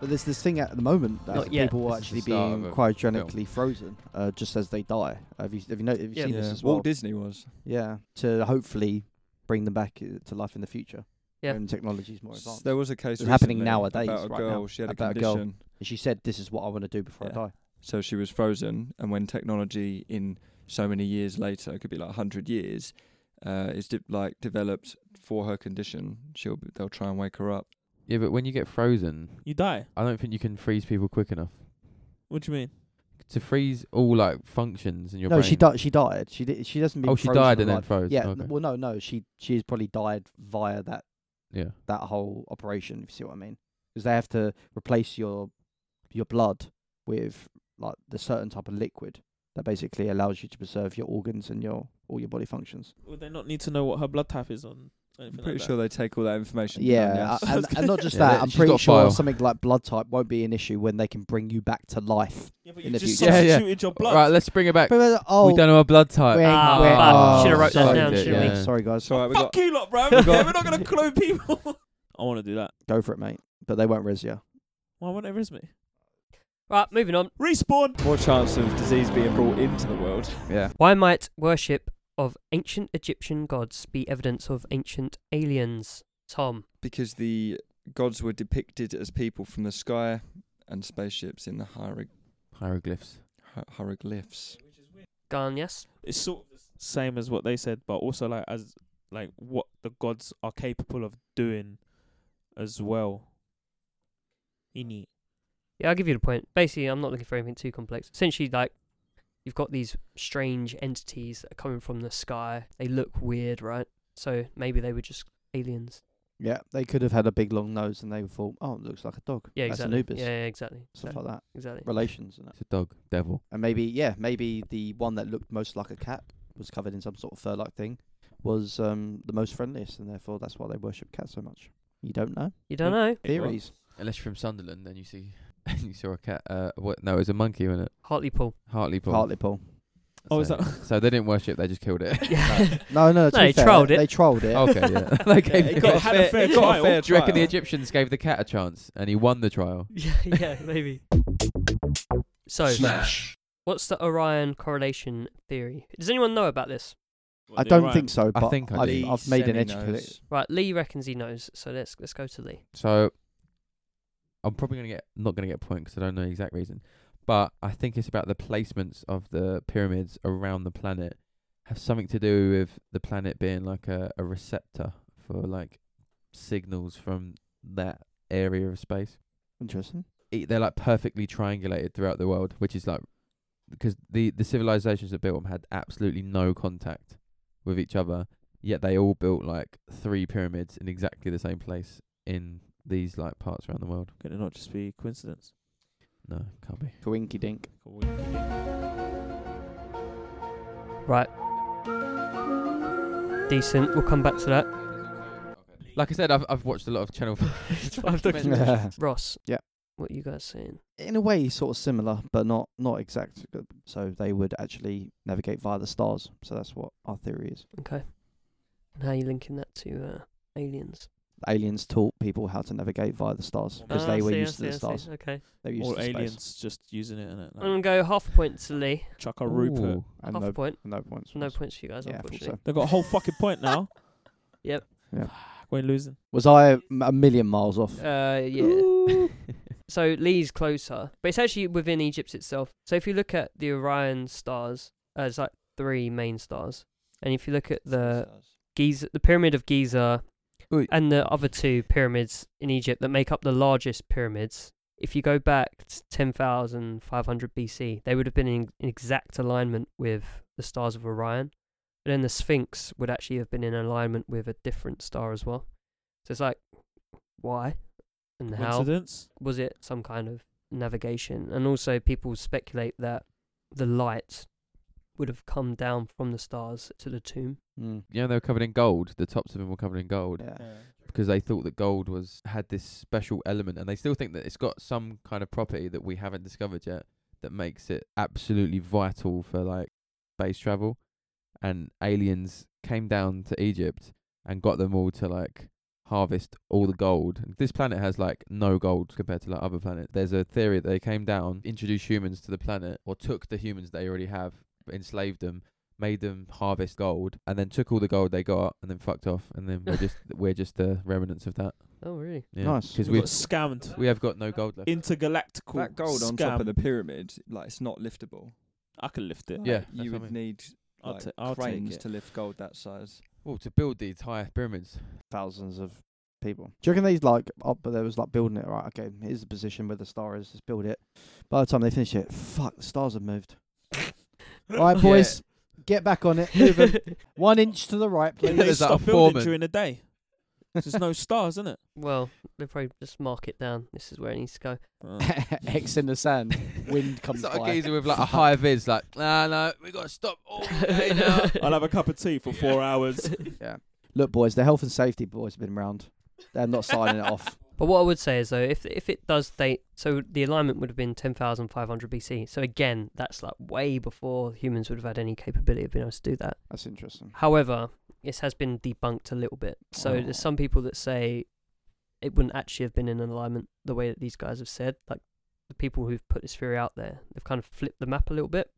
But there's this thing at the moment that Not yet. people are This is the actually start being of a cryogenically frozen uh, just as they die. Have you have you, know, have you Yeah. seen Yeah. this as well? Walt Disney was. yeah, to hopefully bring them back uh, to life in the future. Yeah. When technology is more advanced. There was a case It's happening recently nowadays, about a right girl. now, She had a about a condition. girl. And she said, this is what I want to do before Yeah. I die. So she was frozen, and when technology in so many years later, it could be like hundred years, uh, is de- like developed for her condition, she'll be, they'll try and wake her up. Yeah, but when you get frozen, you die. I don't think you can freeze people quick enough. What do you mean? to freeze all like functions in your no, brain. she died. She died. She did. She doesn't. Be Oh, she frozen died and then alive. froze. Yeah. Okay. Well, no, no. She she's probably died via that Yeah. that whole operation. If you see what I mean? Because they have to replace your your blood with like the certain type of liquid that basically allows you to preserve your organs and your all your body functions. Would they not need to know what her blood type is on? I'm Anything pretty like sure they take all that information. down, Yeah, yes. a- and, and not just Yeah, that. I'm she's got pretty a sure file. something like blood type won't be an issue when they can bring you back to life. That? Yeah, but in you the just future. Yeah, yeah. substituted your blood. Right, let's bring it back. But, uh, oh, We don't know our blood type. we ain't- Ah, we ain't- fuck. Shoulda oh, wrote that sorry, down, dude, shouldn't we? yeah, Sorry, guys. So right, we Fuck got you lot, bro. we got- yeah, we're not gonna clone people. I want to do that. Go for it, mate. But they won't res you. Why won't it risk me? Right, moving on. Respawn. more chance of disease being brought into the world. Yeah. Why might worship of ancient Egyptian gods be evidence of ancient aliens? Tom. because the gods were depicted as people from the sky and spaceships in the hierog- Hieroglyphs. hi- hieroglyphs. Gone, yes. It's sort of the same as what they said, but also like as like what the gods are capable of doing, as well. In it. Yeah, I'll give you the point. Basically, I'm not looking for anything too complex. Essentially, like, you've got these strange entities that are coming from the sky. They look weird, right? So maybe they were just aliens. Yeah, they could have had a big long nose and they thought, oh, it looks like a dog. Yeah, That's exactly. Anubis. Yeah, yeah, exactly. Stuff exactly. like that. exactly. Relations and that. It's a dog. Devil. And maybe, yeah, maybe the one that looked most like a cat was covered in some sort of fur like thing was um, the most friendliest and therefore that's why they worship cats so much. You don't know? You don't know. Theories. Unless you're from Sunderland, then you see you saw a cat. Uh, what? No, it was a monkey, wasn't it? Hartlepool. Hartlepool. Hartlepool. Oh, is so, that? so they didn't worship. They just killed it. Yeah. No, no, to No, be they fair, trolled it. They trolled it. okay. Yeah. they gave it the got- cat- had a a fair it got trial. a fair Do you reckon the trial. Egyptians gave the cat a chance and he won the trial? yeah, yeah, maybe. So, Smash. what's the Orion correlation theory? Does anyone know about this? I don't think so, but I think I have do. I've made an educated. Semi-nose. Right, Lee reckons he knows. So let's let's go to Lee. So I'm probably gonna get not gonna get a point 'cause I don't know the exact reason, but I think it's about the placements of the pyramids around the planet have something to do with the planet being like a, a receptor for like signals from that area of space. Interesting. It, they're like perfectly triangulated throughout the world, which is like because the the civilizations that built 'em had absolutely no contact with each other, yet they all built like three pyramids in exactly the same place in these like parts around the world. Could it not just be coincidence? No, can't be. Coinky dink. Right. Decent. We'll come back to that. Like I said, I've I've watched a lot of Channel Five documentaries. Ross. Yeah. What you guys saying? in a way sort of similar but not not exact so they would actually navigate via the stars so that's what our theory is Okay. And how you linking that to uh, aliens? aliens taught people how to navigate via the stars because Ah, they I were see, used to I the see, I see. stars Okay. they were used Or to aliens space just using it, innit? I'm gonna Like, go half a point to Lee. Chuck a Rupert. Ooh. and half a no, point. no points No points for you guys, yeah, I thought unfortunately. so. They've got a whole fucking point now. Yep. Yeah. We're losing. was i m- a million miles off Uh, yeah. So Lee's closer, but it's actually within Egypt itself. So if you look at the Orion stars, uh, there's like three main stars, and if you look at the Giza, the Pyramid of Giza, Oi. and the other two pyramids in Egypt that make up the largest pyramids, if you go back to 10,500 BC, they would have been in, in exact alignment with the stars of Orion. But then the Sphinx would actually have been in alignment with a different star as well. So it's like, why and how? Coincidence? was it some kind of navigation? And also, people speculate that the light would have come down from the stars to the tomb. Mm, You know they were covered in gold. The tops of them were covered in gold yeah because they thought that gold was had this special element, and they still think that it's got some kind of property that we haven't discovered yet that makes it absolutely vital for like space travel. And aliens came down to Egypt and got them all to like harvest all the gold. This planet has like no gold compared to like other planets. There's a theory that they came down, introduced humans to the planet, or took the humans they already have, enslaved them, made them harvest gold, and then took all the gold they got and then fucked off. And then we're just we're just the remnants of that. Oh, really? Yeah. Nice. because We got we've scammed. we have got no gold left. Intergalactical that gold scam. on top of the pyramid, like it's not liftable. I can lift it. Like, Yeah, that's you what I would mean. need I'll, like, ta- I'll take cranes it. Oh, to lift gold that size. Well, to build these high pyramids, thousands of people. Do you reckon they like oh but there was like building it, right, okay, here's the position where the star is, let's build it. By the time they finish it, fuck, the stars have moved. All right, boys, get back on it. Move 'em. One inch to the right, Yeah, please. they There's that stop building foreman. during the day. There's no stars, isn't it? well, they probably just mark it down. This is where it needs to go. X in the sand. Wind comes it's like by. a geezer with like a high vis, like, nah, no, we got to stop all day now. I'll have a cup of tea for four hours. Look, boys, the health and safety boys have been round. They're not signing it off. But what I would say is though, if if it does date, so the alignment would have been 10,500 BC. So again, that's like way before humans would have had any capability of being able to do that. That's interesting. However, this has been debunked a little bit. So Oh. there's some people that say it wouldn't actually have been in alignment the way that these guys have said. Like the people who've put this theory out there, they've kind of flipped the map a little bit,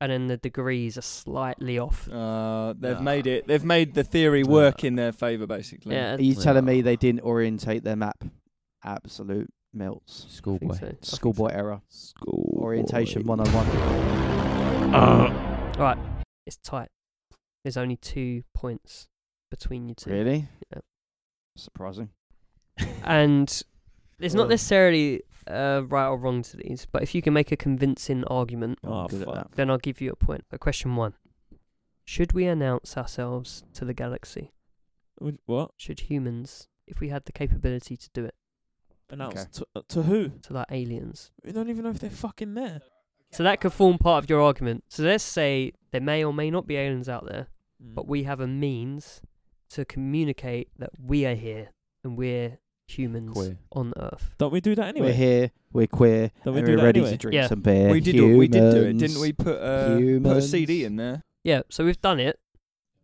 and then the degrees are slightly off. Uh, they've Nah. made it. They've made the theory work in their favor, basically. Yeah, Are you telling me Yeah. they didn't orientate their map? Absolute melts. I think Schoolboy. so. I think so. Schoolboy error. School Orientation 101. All right, it's tight. There's only two points between you two. Really? Yeah. Surprising. and it's not Well. necessarily uh, right or wrong to these, but if you can make a convincing argument, I'm Oh, good at fuck. that. then I'll give you a point. So question one: Should we announce ourselves to the galaxy? Wh- What? Should humans, if we had the capability to do it, Announced Okay. to, uh, to who? to like aliens? We don't even know if they're fucking there. So that could form part of your argument. So let's say there may or may not be aliens out there, Mm. but we have a means to communicate that we are here and we're humans Queer. on Earth. don't we do that anyway? We're here. We're queer. Don't we and do we're that ready anyway? to drink Yeah. some beer. We did. do- We did do it, didn't Humans. we? Put, uh, put a CD Humans. in there. Yeah. So we've done it,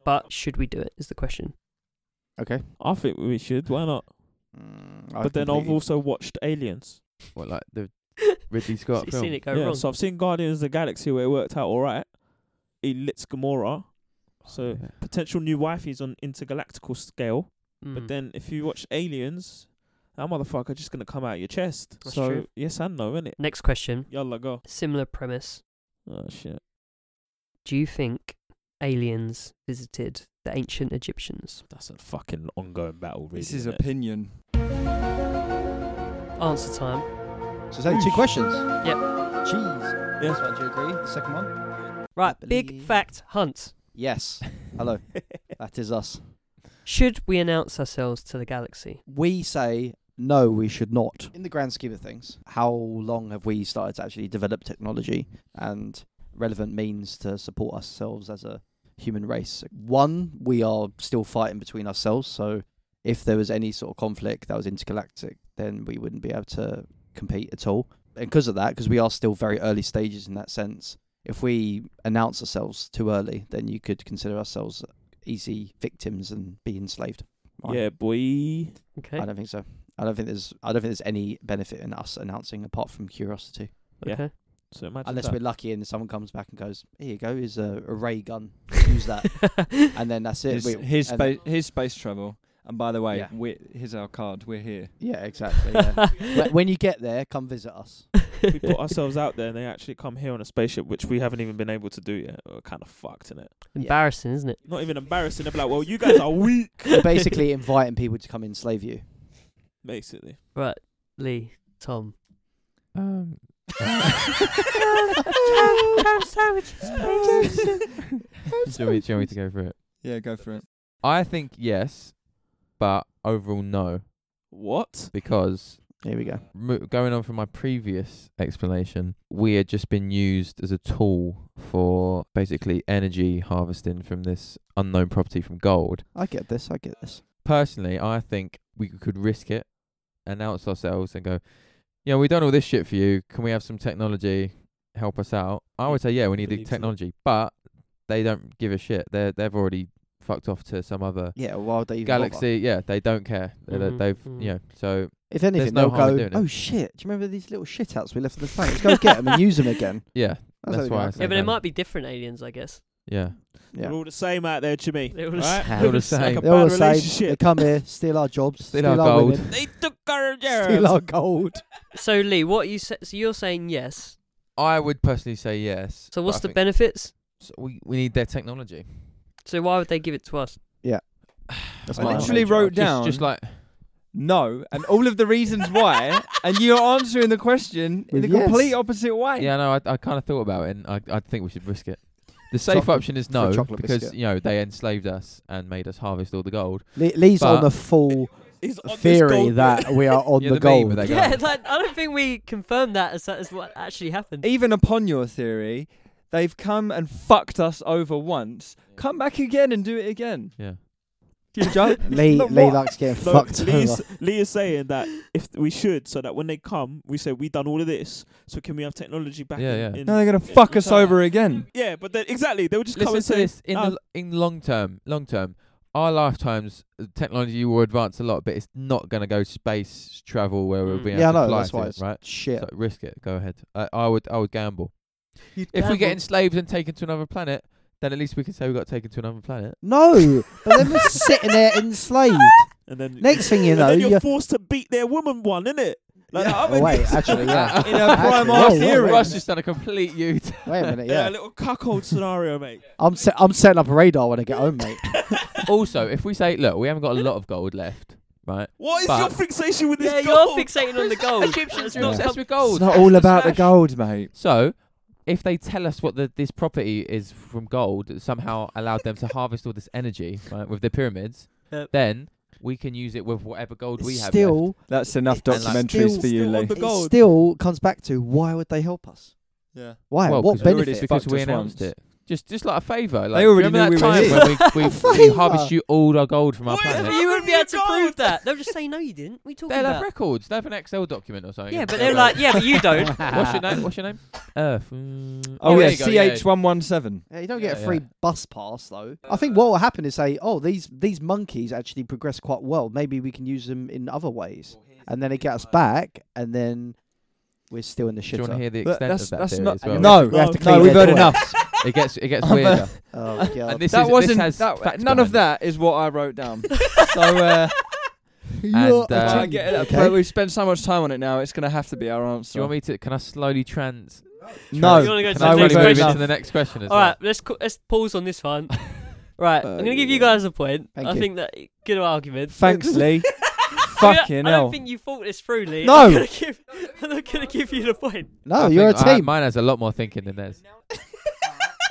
but should we do it? Is the question. Okay. I think we should. Why not? Mm, but then I've completely- also watched Aliens. What, like the Ridley So Scott you've film? seen it go Yeah, wrong. so I've seen Guardians of the Galaxy where it worked out all right. He lits Gamora. So Yeah. potential new wife is on intergalactical scale. Mm. But then if you watch Aliens, that motherfucker just gonna come out your chest. That's so true. yes and no, innit? Next question. Yalla go. Similar premise. Oh shit. Do you think aliens visited the ancient Egyptians? That's a fucking ongoing battle really. This is innit? opinion. Answer time. So is that two questions? Yep. Jeez. Yes. one, do you agree? The second one? Right, I big believe- fact hunt. Yes. Hello. that is us. Should we announce ourselves to the galaxy? We say no, we should not. In the grand scheme of things, how long have we started to actually develop technology and relevant means to support ourselves as a human race? One, we are still fighting between ourselves, so if there was any sort of conflict that was intergalactic, then we wouldn't be able to compete at all. And because of that, because we are still very early stages in that sense, if we announce ourselves too early, then you could consider ourselves easy victims and be enslaved. Right. Yeah, boy. Okay. I Okay. don't think so. I don't think there's. I don't think there's any benefit in us announcing apart from curiosity, Yeah. So imagine unless that. we're lucky and someone comes back and goes, "Here you go, is a, a ray gun, use that," and then that's it. Here's, We- here's, and- spa- here's space travel. And by the way, Yeah. we're, here's our card. We're here. yeah, exactly. Yeah. Wh- when you get there, come visit us. we put ourselves out there and they actually come here on a spaceship, which we haven't even been able to do yet. We're kind of fucked, innit? Embarrassing, isn't it? Not even embarrassing. They're like, well, you guys are weak, We're basically inviting people to come enslave you. basically. Right, Lee, Tom. Um, do, you want me, do you want me to go for it? Yeah, go for it. I think yes, but overall no, What? because Here we go. mo- going on from my previous explanation, we had just been used as a tool for basically energy harvesting from this unknown property from gold. I get this. I get this. Personally, I think we could risk it, announce ourselves, and go, you know, we've done all this shit for you. Can we have some technology help us out? I would say, yeah, we need the Believe so. technology, but they don't give a shit. They they've already fucked off to some other Yeah. Well, they even bother? galaxy. Yeah, they don't care. They, Mhm, They've mhm. you know so If anything, no harm in they'll go, doing it. "Oh shit! Do you remember these little shitouts we left on the planet? Let's go get them and use them again." yeah That's how we why I go. said- Yeah, but it then. might be different aliens, I guess. yeah. Yeah. We're all the same out there, Jimmy. They're all the right? same. We're All the just Like same. a They're all bad the same. They relationship. come here, steal our jobs, Steal our our gold. women, They took our steal jobs. our gold. So Lee, what you sa- so you're saying yes. I would personally say yes. So but what's I the think benefits? s- We we need their technology. So why would they give it to us? That's I my literally answer. wrote Just, down just like no, and all of the reasons why, and you're answering the question in With the complete yes. opposite way. yeah, no, I I kind of thought about it, and I I think we should risk it. The safe Chocolate- option is for a no, chocolate because biscuit. you know they enslaved us and made us harvest all the gold. Le- Lee's But- on the full He's on this theory gold- that we are on Yeah, the the, meme gold. with that yeah, go. like, I don't think we confirmed that as, as what actually happened. Even upon your theory, they've come and fucked us over once. Come back again and do it again. Yeah, Joe? Lee, No, Lee what? likes getting No, fucked Lee over. is, Lee is saying that if we should, so that when they come, we say we done all of this. So can we have technology back? Yeah, in, yeah. In, Now they're gonna fuck us over again. yeah, but then exactly they would just come listen and to say this in the, "Nah, l- in long term, long term. Our lifetimes, uh, technology will advance a lot, but it's not going to go space travel where we'll Mm. be able Yeah, I to know. fly That's to, why it's right? shit. So risk it. Go ahead. I, I would I would gamble. If we get enslaved and taken to another planet, then at least we can say we got taken to another planet. No, but then we're sitting there enslaved. and then Next thing you and know, then you're you're- forced to beat their woman one, isn't it? Like, Yeah. I'm Oh, in wait, this- actually, yeah. In a prime Actually, arse whoa, whoa, hearing. whoa. Russ just done a complete U turn. Wait a minute, Yeah, a yeah. little cuckold scenario, mate. I'm se- I'm setting up a radar when I get home, Oh, mate. also, if we say, look, we haven't got a lot of gold left, right? What is But- your fixation with this yeah, you're gold? fixating on the gold. Egyptians That's are not obsessed com- with gold. It's not all about the gold, mate. So, if they tell us what the, this property is from gold that somehow allowed them to harvest all this energy, right, with the pyramids, Uh, Yep. then we can use it with whatever gold we have. left. Still, That's enough It's documentaries still- for you, still on Lee. the- it gold. still comes back to why would they help us? Yeah. Why? well, what 'cause we already- benefit? Because Fucked we us announced once. it. Just, just like a favour. Like, They already remember knew that we were time when we, we, we Favour. harvest you all our gold from our What is planet. But it? you wouldn't be able to Gold. prove that. They'll just say, no, you didn't. What are you talking They'll have about? records. They have an Excel document or something. Yeah, but they're like, yeah, but you don't. What's your name? What's your name? Earth. Mm. Oh, there yeah, you go, yeah. CH117. Yeah, you don't get Yeah, a free yeah. Uh. bus pass though. I think what will happen is say, oh, these these monkeys actually progress quite well. Maybe we can use them in other ways, and then it gets us back, and then we're still in the Do you want to shitter. hear the But extent that's- of that that's theory not- as well? No, we have to No, clean no, we've their heard enough. toilets. it gets it gets I've, uh, weirder. Oh And god. this that is, wasn't this has that- facts none of behind that is what I wrote down. so uh, And, uh, I get it, Okay. but we've spent so much time on it now. It's gonna have to be our it. answer. Do you want me to? Can I slowly trans? No, You wanna go Can to the I no, next really move we've into heard the next question as All well? right, let's co- let's pause on this one. right, Uh, I'm gonna give yeah. you guys a point. Oh, Thank I you. think that good argument. Thanks, Lee. I mean, I- Fucking I hell. don't think you thought this through, Lee. No. I'm, gonna give, I'm not gonna give you the point. no, I Oh, you're a think- I- team. mine has a lot more thinking than theirs.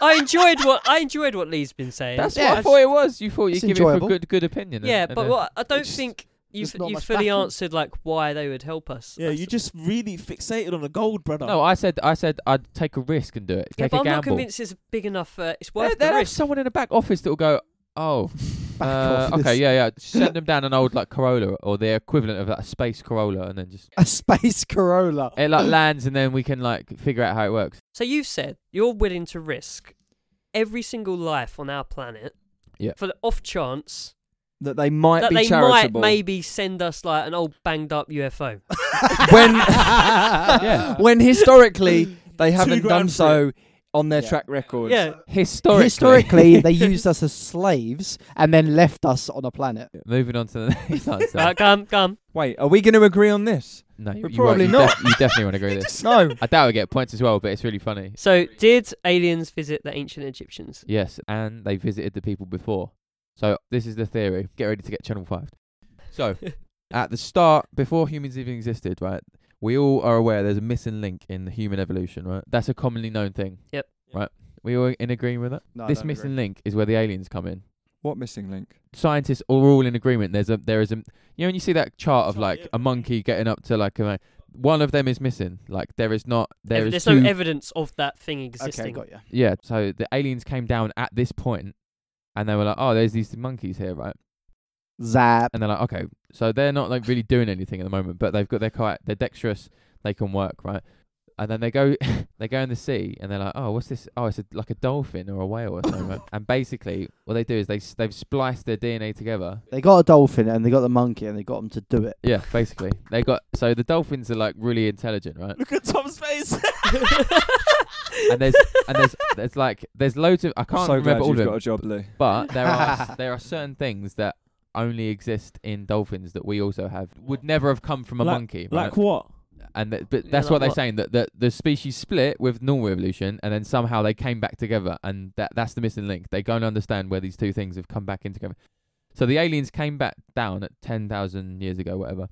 I enjoyed what I enjoyed what Lee's been saying. That's Yeah, what I it's- thought it was. You thought you'd it's give enjoyable. it a good good opinion. and- yeah, and but a- what I don't It's- think you there's f- not you much fully backing. answered like why they would help us. Yeah, That's- you just really fixated on the gold, brother. No, I said I said I'd take a risk and do it. Yeah, take but a I'm not gamble. convinced it's big enough. Uh, it's There- worth There'll the have risk. someone in the back office that'll go, oh, Back uh, off this. okay, yeah, yeah. Send them down an old like Corolla or the equivalent of that space Corolla, and then just A space Corolla. it like lands, and then we can like figure out how it works. So you've said you're willing to risk every single life on our planet Yeah. for the off chance that they might that be they charitable. might maybe send us like an old banged up UFO. When- Ah. Yeah. when historically they haven't grand done for so on their track records. yeah, Historically, Historically, they used us as slaves and then left us on a planet. Moving on to the next answer. right, come, come. Wait, are we going to agree on this? no, you, We're you probably won't. You not. def- you definitely want to agree with this. No. I doubt we get points as well, but it's really funny. So, did aliens visit the ancient Egyptians? Yes, and they visited the people before. So this is the theory. Get ready to get channel five. So at the start, before humans even existed, right? We all are aware there's a missing link in the human evolution, right? That's a commonly known thing. Yep. Right. We all in agreement with that. No, I this don't missing agree. link is where the aliens come in. What missing link? Scientists are all in agreement. There's a there is a you know when you see that chart of Chart, like yeah. a monkey getting up to like a one of them is missing. Like there is not there Ev- is There's two no evidence of that thing existing. Okay, got you. yeah, so the aliens came down at this point and they were like, oh, there's these monkeys here, right? Zap. And they're like, okay, so they're not like really doing anything at the moment, but they've got they're quite they're dexterous, they can work, right? And then they go they go in the sea and they're like, oh, what's this? Oh, it's a, like a dolphin or a whale or something. right? And basically, what they do is they s- they've spliced their DNA together. They got a dolphin and they got the monkey and they got them to do it. Yeah, basically, they got so the dolphins are like really intelligent, right? Look at Tom's face. And there's and there's there's like there's loads of I can't so glad remember all you've of them. got a job, Lou. But there are there are certain things that only exist in dolphins that we also have would never have come from a Like- monkey. Right? like what? and th- but Yeah, that's like what they're what? saying that the, the species split with normal evolution, and then somehow they came back together, and that that's the missing link. They go and understand where these two things have come back in together. So the aliens came back down at 10,000 years ago, whatever,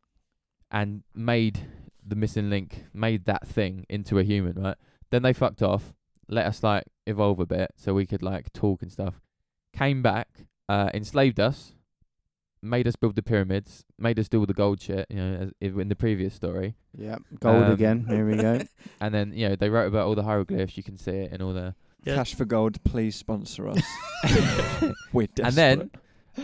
and made the missing link, made that thing into a human, right? Then they fucked off, let us like evolve a bit so we could like talk and stuff. Came back, uh, enslaved us, made us build the pyramids, made us do all the gold shit, you know, as i- in the previous story. Yeah, gold Um, again. Here we go. And then, you know, they wrote about all the hieroglyphs. You can see it in all the Yeah. Cash for gold, please sponsor us. We're desperate. and then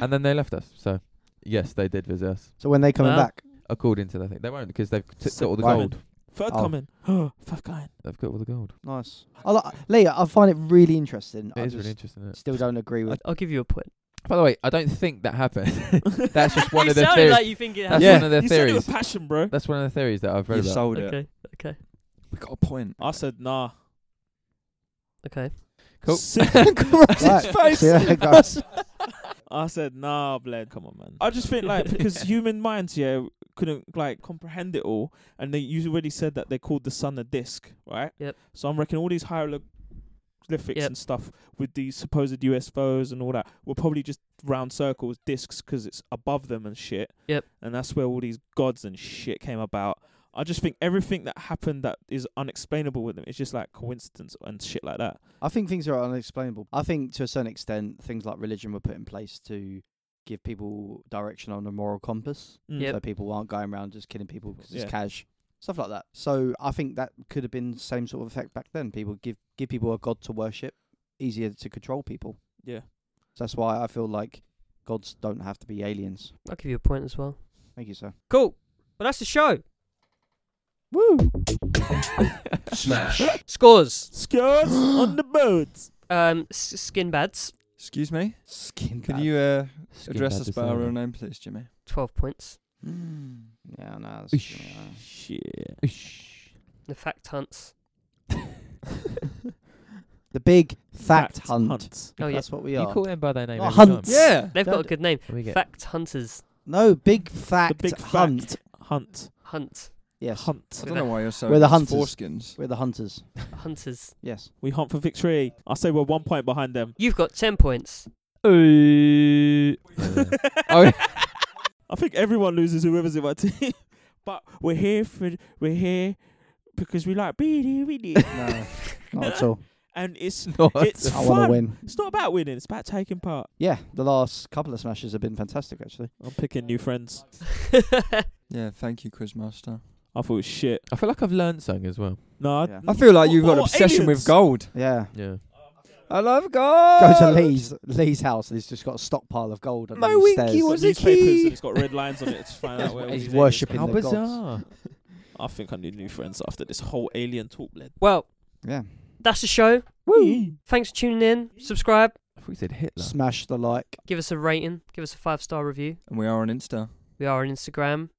and then they left us. So yes, they did visit us. So when they coming Well, back? According to the thing, they won't because they've t- got So- all the Right. gold. Third Oh. coming. Third coming. They've got all the gold. Nice. I li- later, I find it really interesting. It I is really just interesting. Isn't it? Still don't agree with. I'll give you a point. By the way, I don't think that happened. That's just one you of the sound theories. like you think it That's happened. Yeah. one of their you said it theories. with passion, bro. That's one of the theories that I've read you about. sold it. Okay. Okay. We got a point. I said nah. Okay. Cool. Sick. Right, see you later, guys. I said nah, bled. Come on, man. I just think like because human minds, yeah, couldn't like comprehend it all, and they you already said that they called the sun a disc, right? Yep. So I'm reckoning all these hieroglyphics Yep. and stuff with these supposed USOs and all that were probably just round circles, discs, 'cause it's above them and shit. Yep. And that's where all these gods and shit came about. I just think everything that happened that is unexplainable with them is just like coincidence and shit like that. I think things are unexplainable. I think to a certain extent, things like religion were put in place to give people direction on a moral compass, Mm. Yep. so people aren't going around just killing people 'cause Yeah. it's cash, stuff like that. So I think that could have been the same sort of effect back then. People give give people a god to worship, easier to control people. Yeah. So that's why I feel like gods don't have to be aliens. I'll give you a point as well. Thank you, sir. Cool. Well, that's the show. Woo! Smash. Scores. Skirts on the boats. Um, s- skin bads. Excuse me. Skin. Can you uh, Skin address bad us by our disorder. real name, please, Jimmy? Twelve points. Mm. Yeah, no. That's Oosh. gonna- Shit. The fact hunts. The big fact, hunt. Oh yeah, That's what we You are. call them by their name. Not every hunt. Time. Yeah. they've got a Don't- good name. What we get? Fact hunters. No, big fact big fact. hunt. Hunt. Hunt. Yes. I Hunt. don't know why you're so. We're the against hunters. Foreskins. We're the hunters. Hunters. Yes. We hunt for victory. I say we're one point behind them. You've got ten points. Oh, I think everyone loses whoever's in my team. But we're here for we're here because we like beanie beanie. No, not at all. and it's no, it's I want fun. to win. It's not about winning, it's about taking part. Yeah, the last couple of smashes have been fantastic, actually. Oh, I'm picking new friends. Yeah. Thank you, Quizmaster. I thought it was shit. I feel like I've learned something as well. No, Yeah. I, I feel like you've got an Oh, obsession aliens. with gold. Yeah. Yeah. I love gold. Go to Lee's Lee's house and he's just got a stockpile of gold under My his winky stairs. was- it's Was got it newspapers key? and it's got red lines on it to find out where all He's these worshipping How the gods. bizarre. aliens- I think I need new friends after this whole alien talk led. well, Yeah. that's the show. Woo. Thanks for tuning in. Subscribe. I thought you said Hitler. Smash the like. Give us a rating. Give us a five star review. And we are on Insta. We are on Instagram.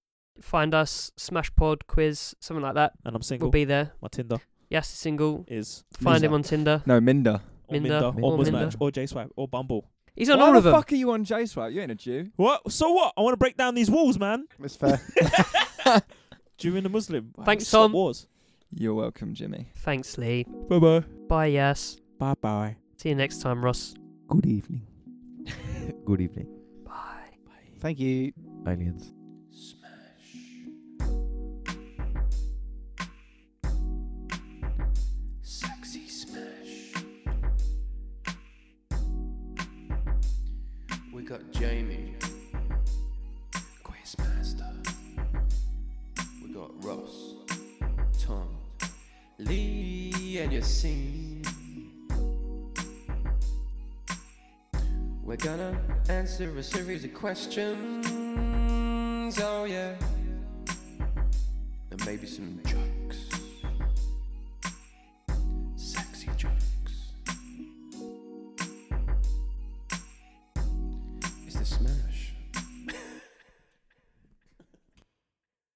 Find us. Smash Pod Quiz. Something like that. And I'm We'll single. be there. My Tinder Yes, single. is Find Lisa. him on Tinder. No, Minda. or Minda. Minda, or Or Buzz Minda. Match or J Swipe or Bumble. He's on why all the of them. fuck are you on J Swipe? You ain't a Jew. What? So what? I want to break down these walls, man. It's fair. Jew and the Muslim. Why Thanks, we stop Tom. Wars. You're welcome, Jimmy. Thanks, Lee. Bye bye. Bye, yes. Bye bye. See you next time, Ross. Good evening. Good evening, Bye. Thank you. aliens. Sexy smash. We got Jamie, Quizmaster. We got Ross, Tom, Lee, and Yassine. We're gonna answer a series of questions. Oh, yeah. And maybe some jokes.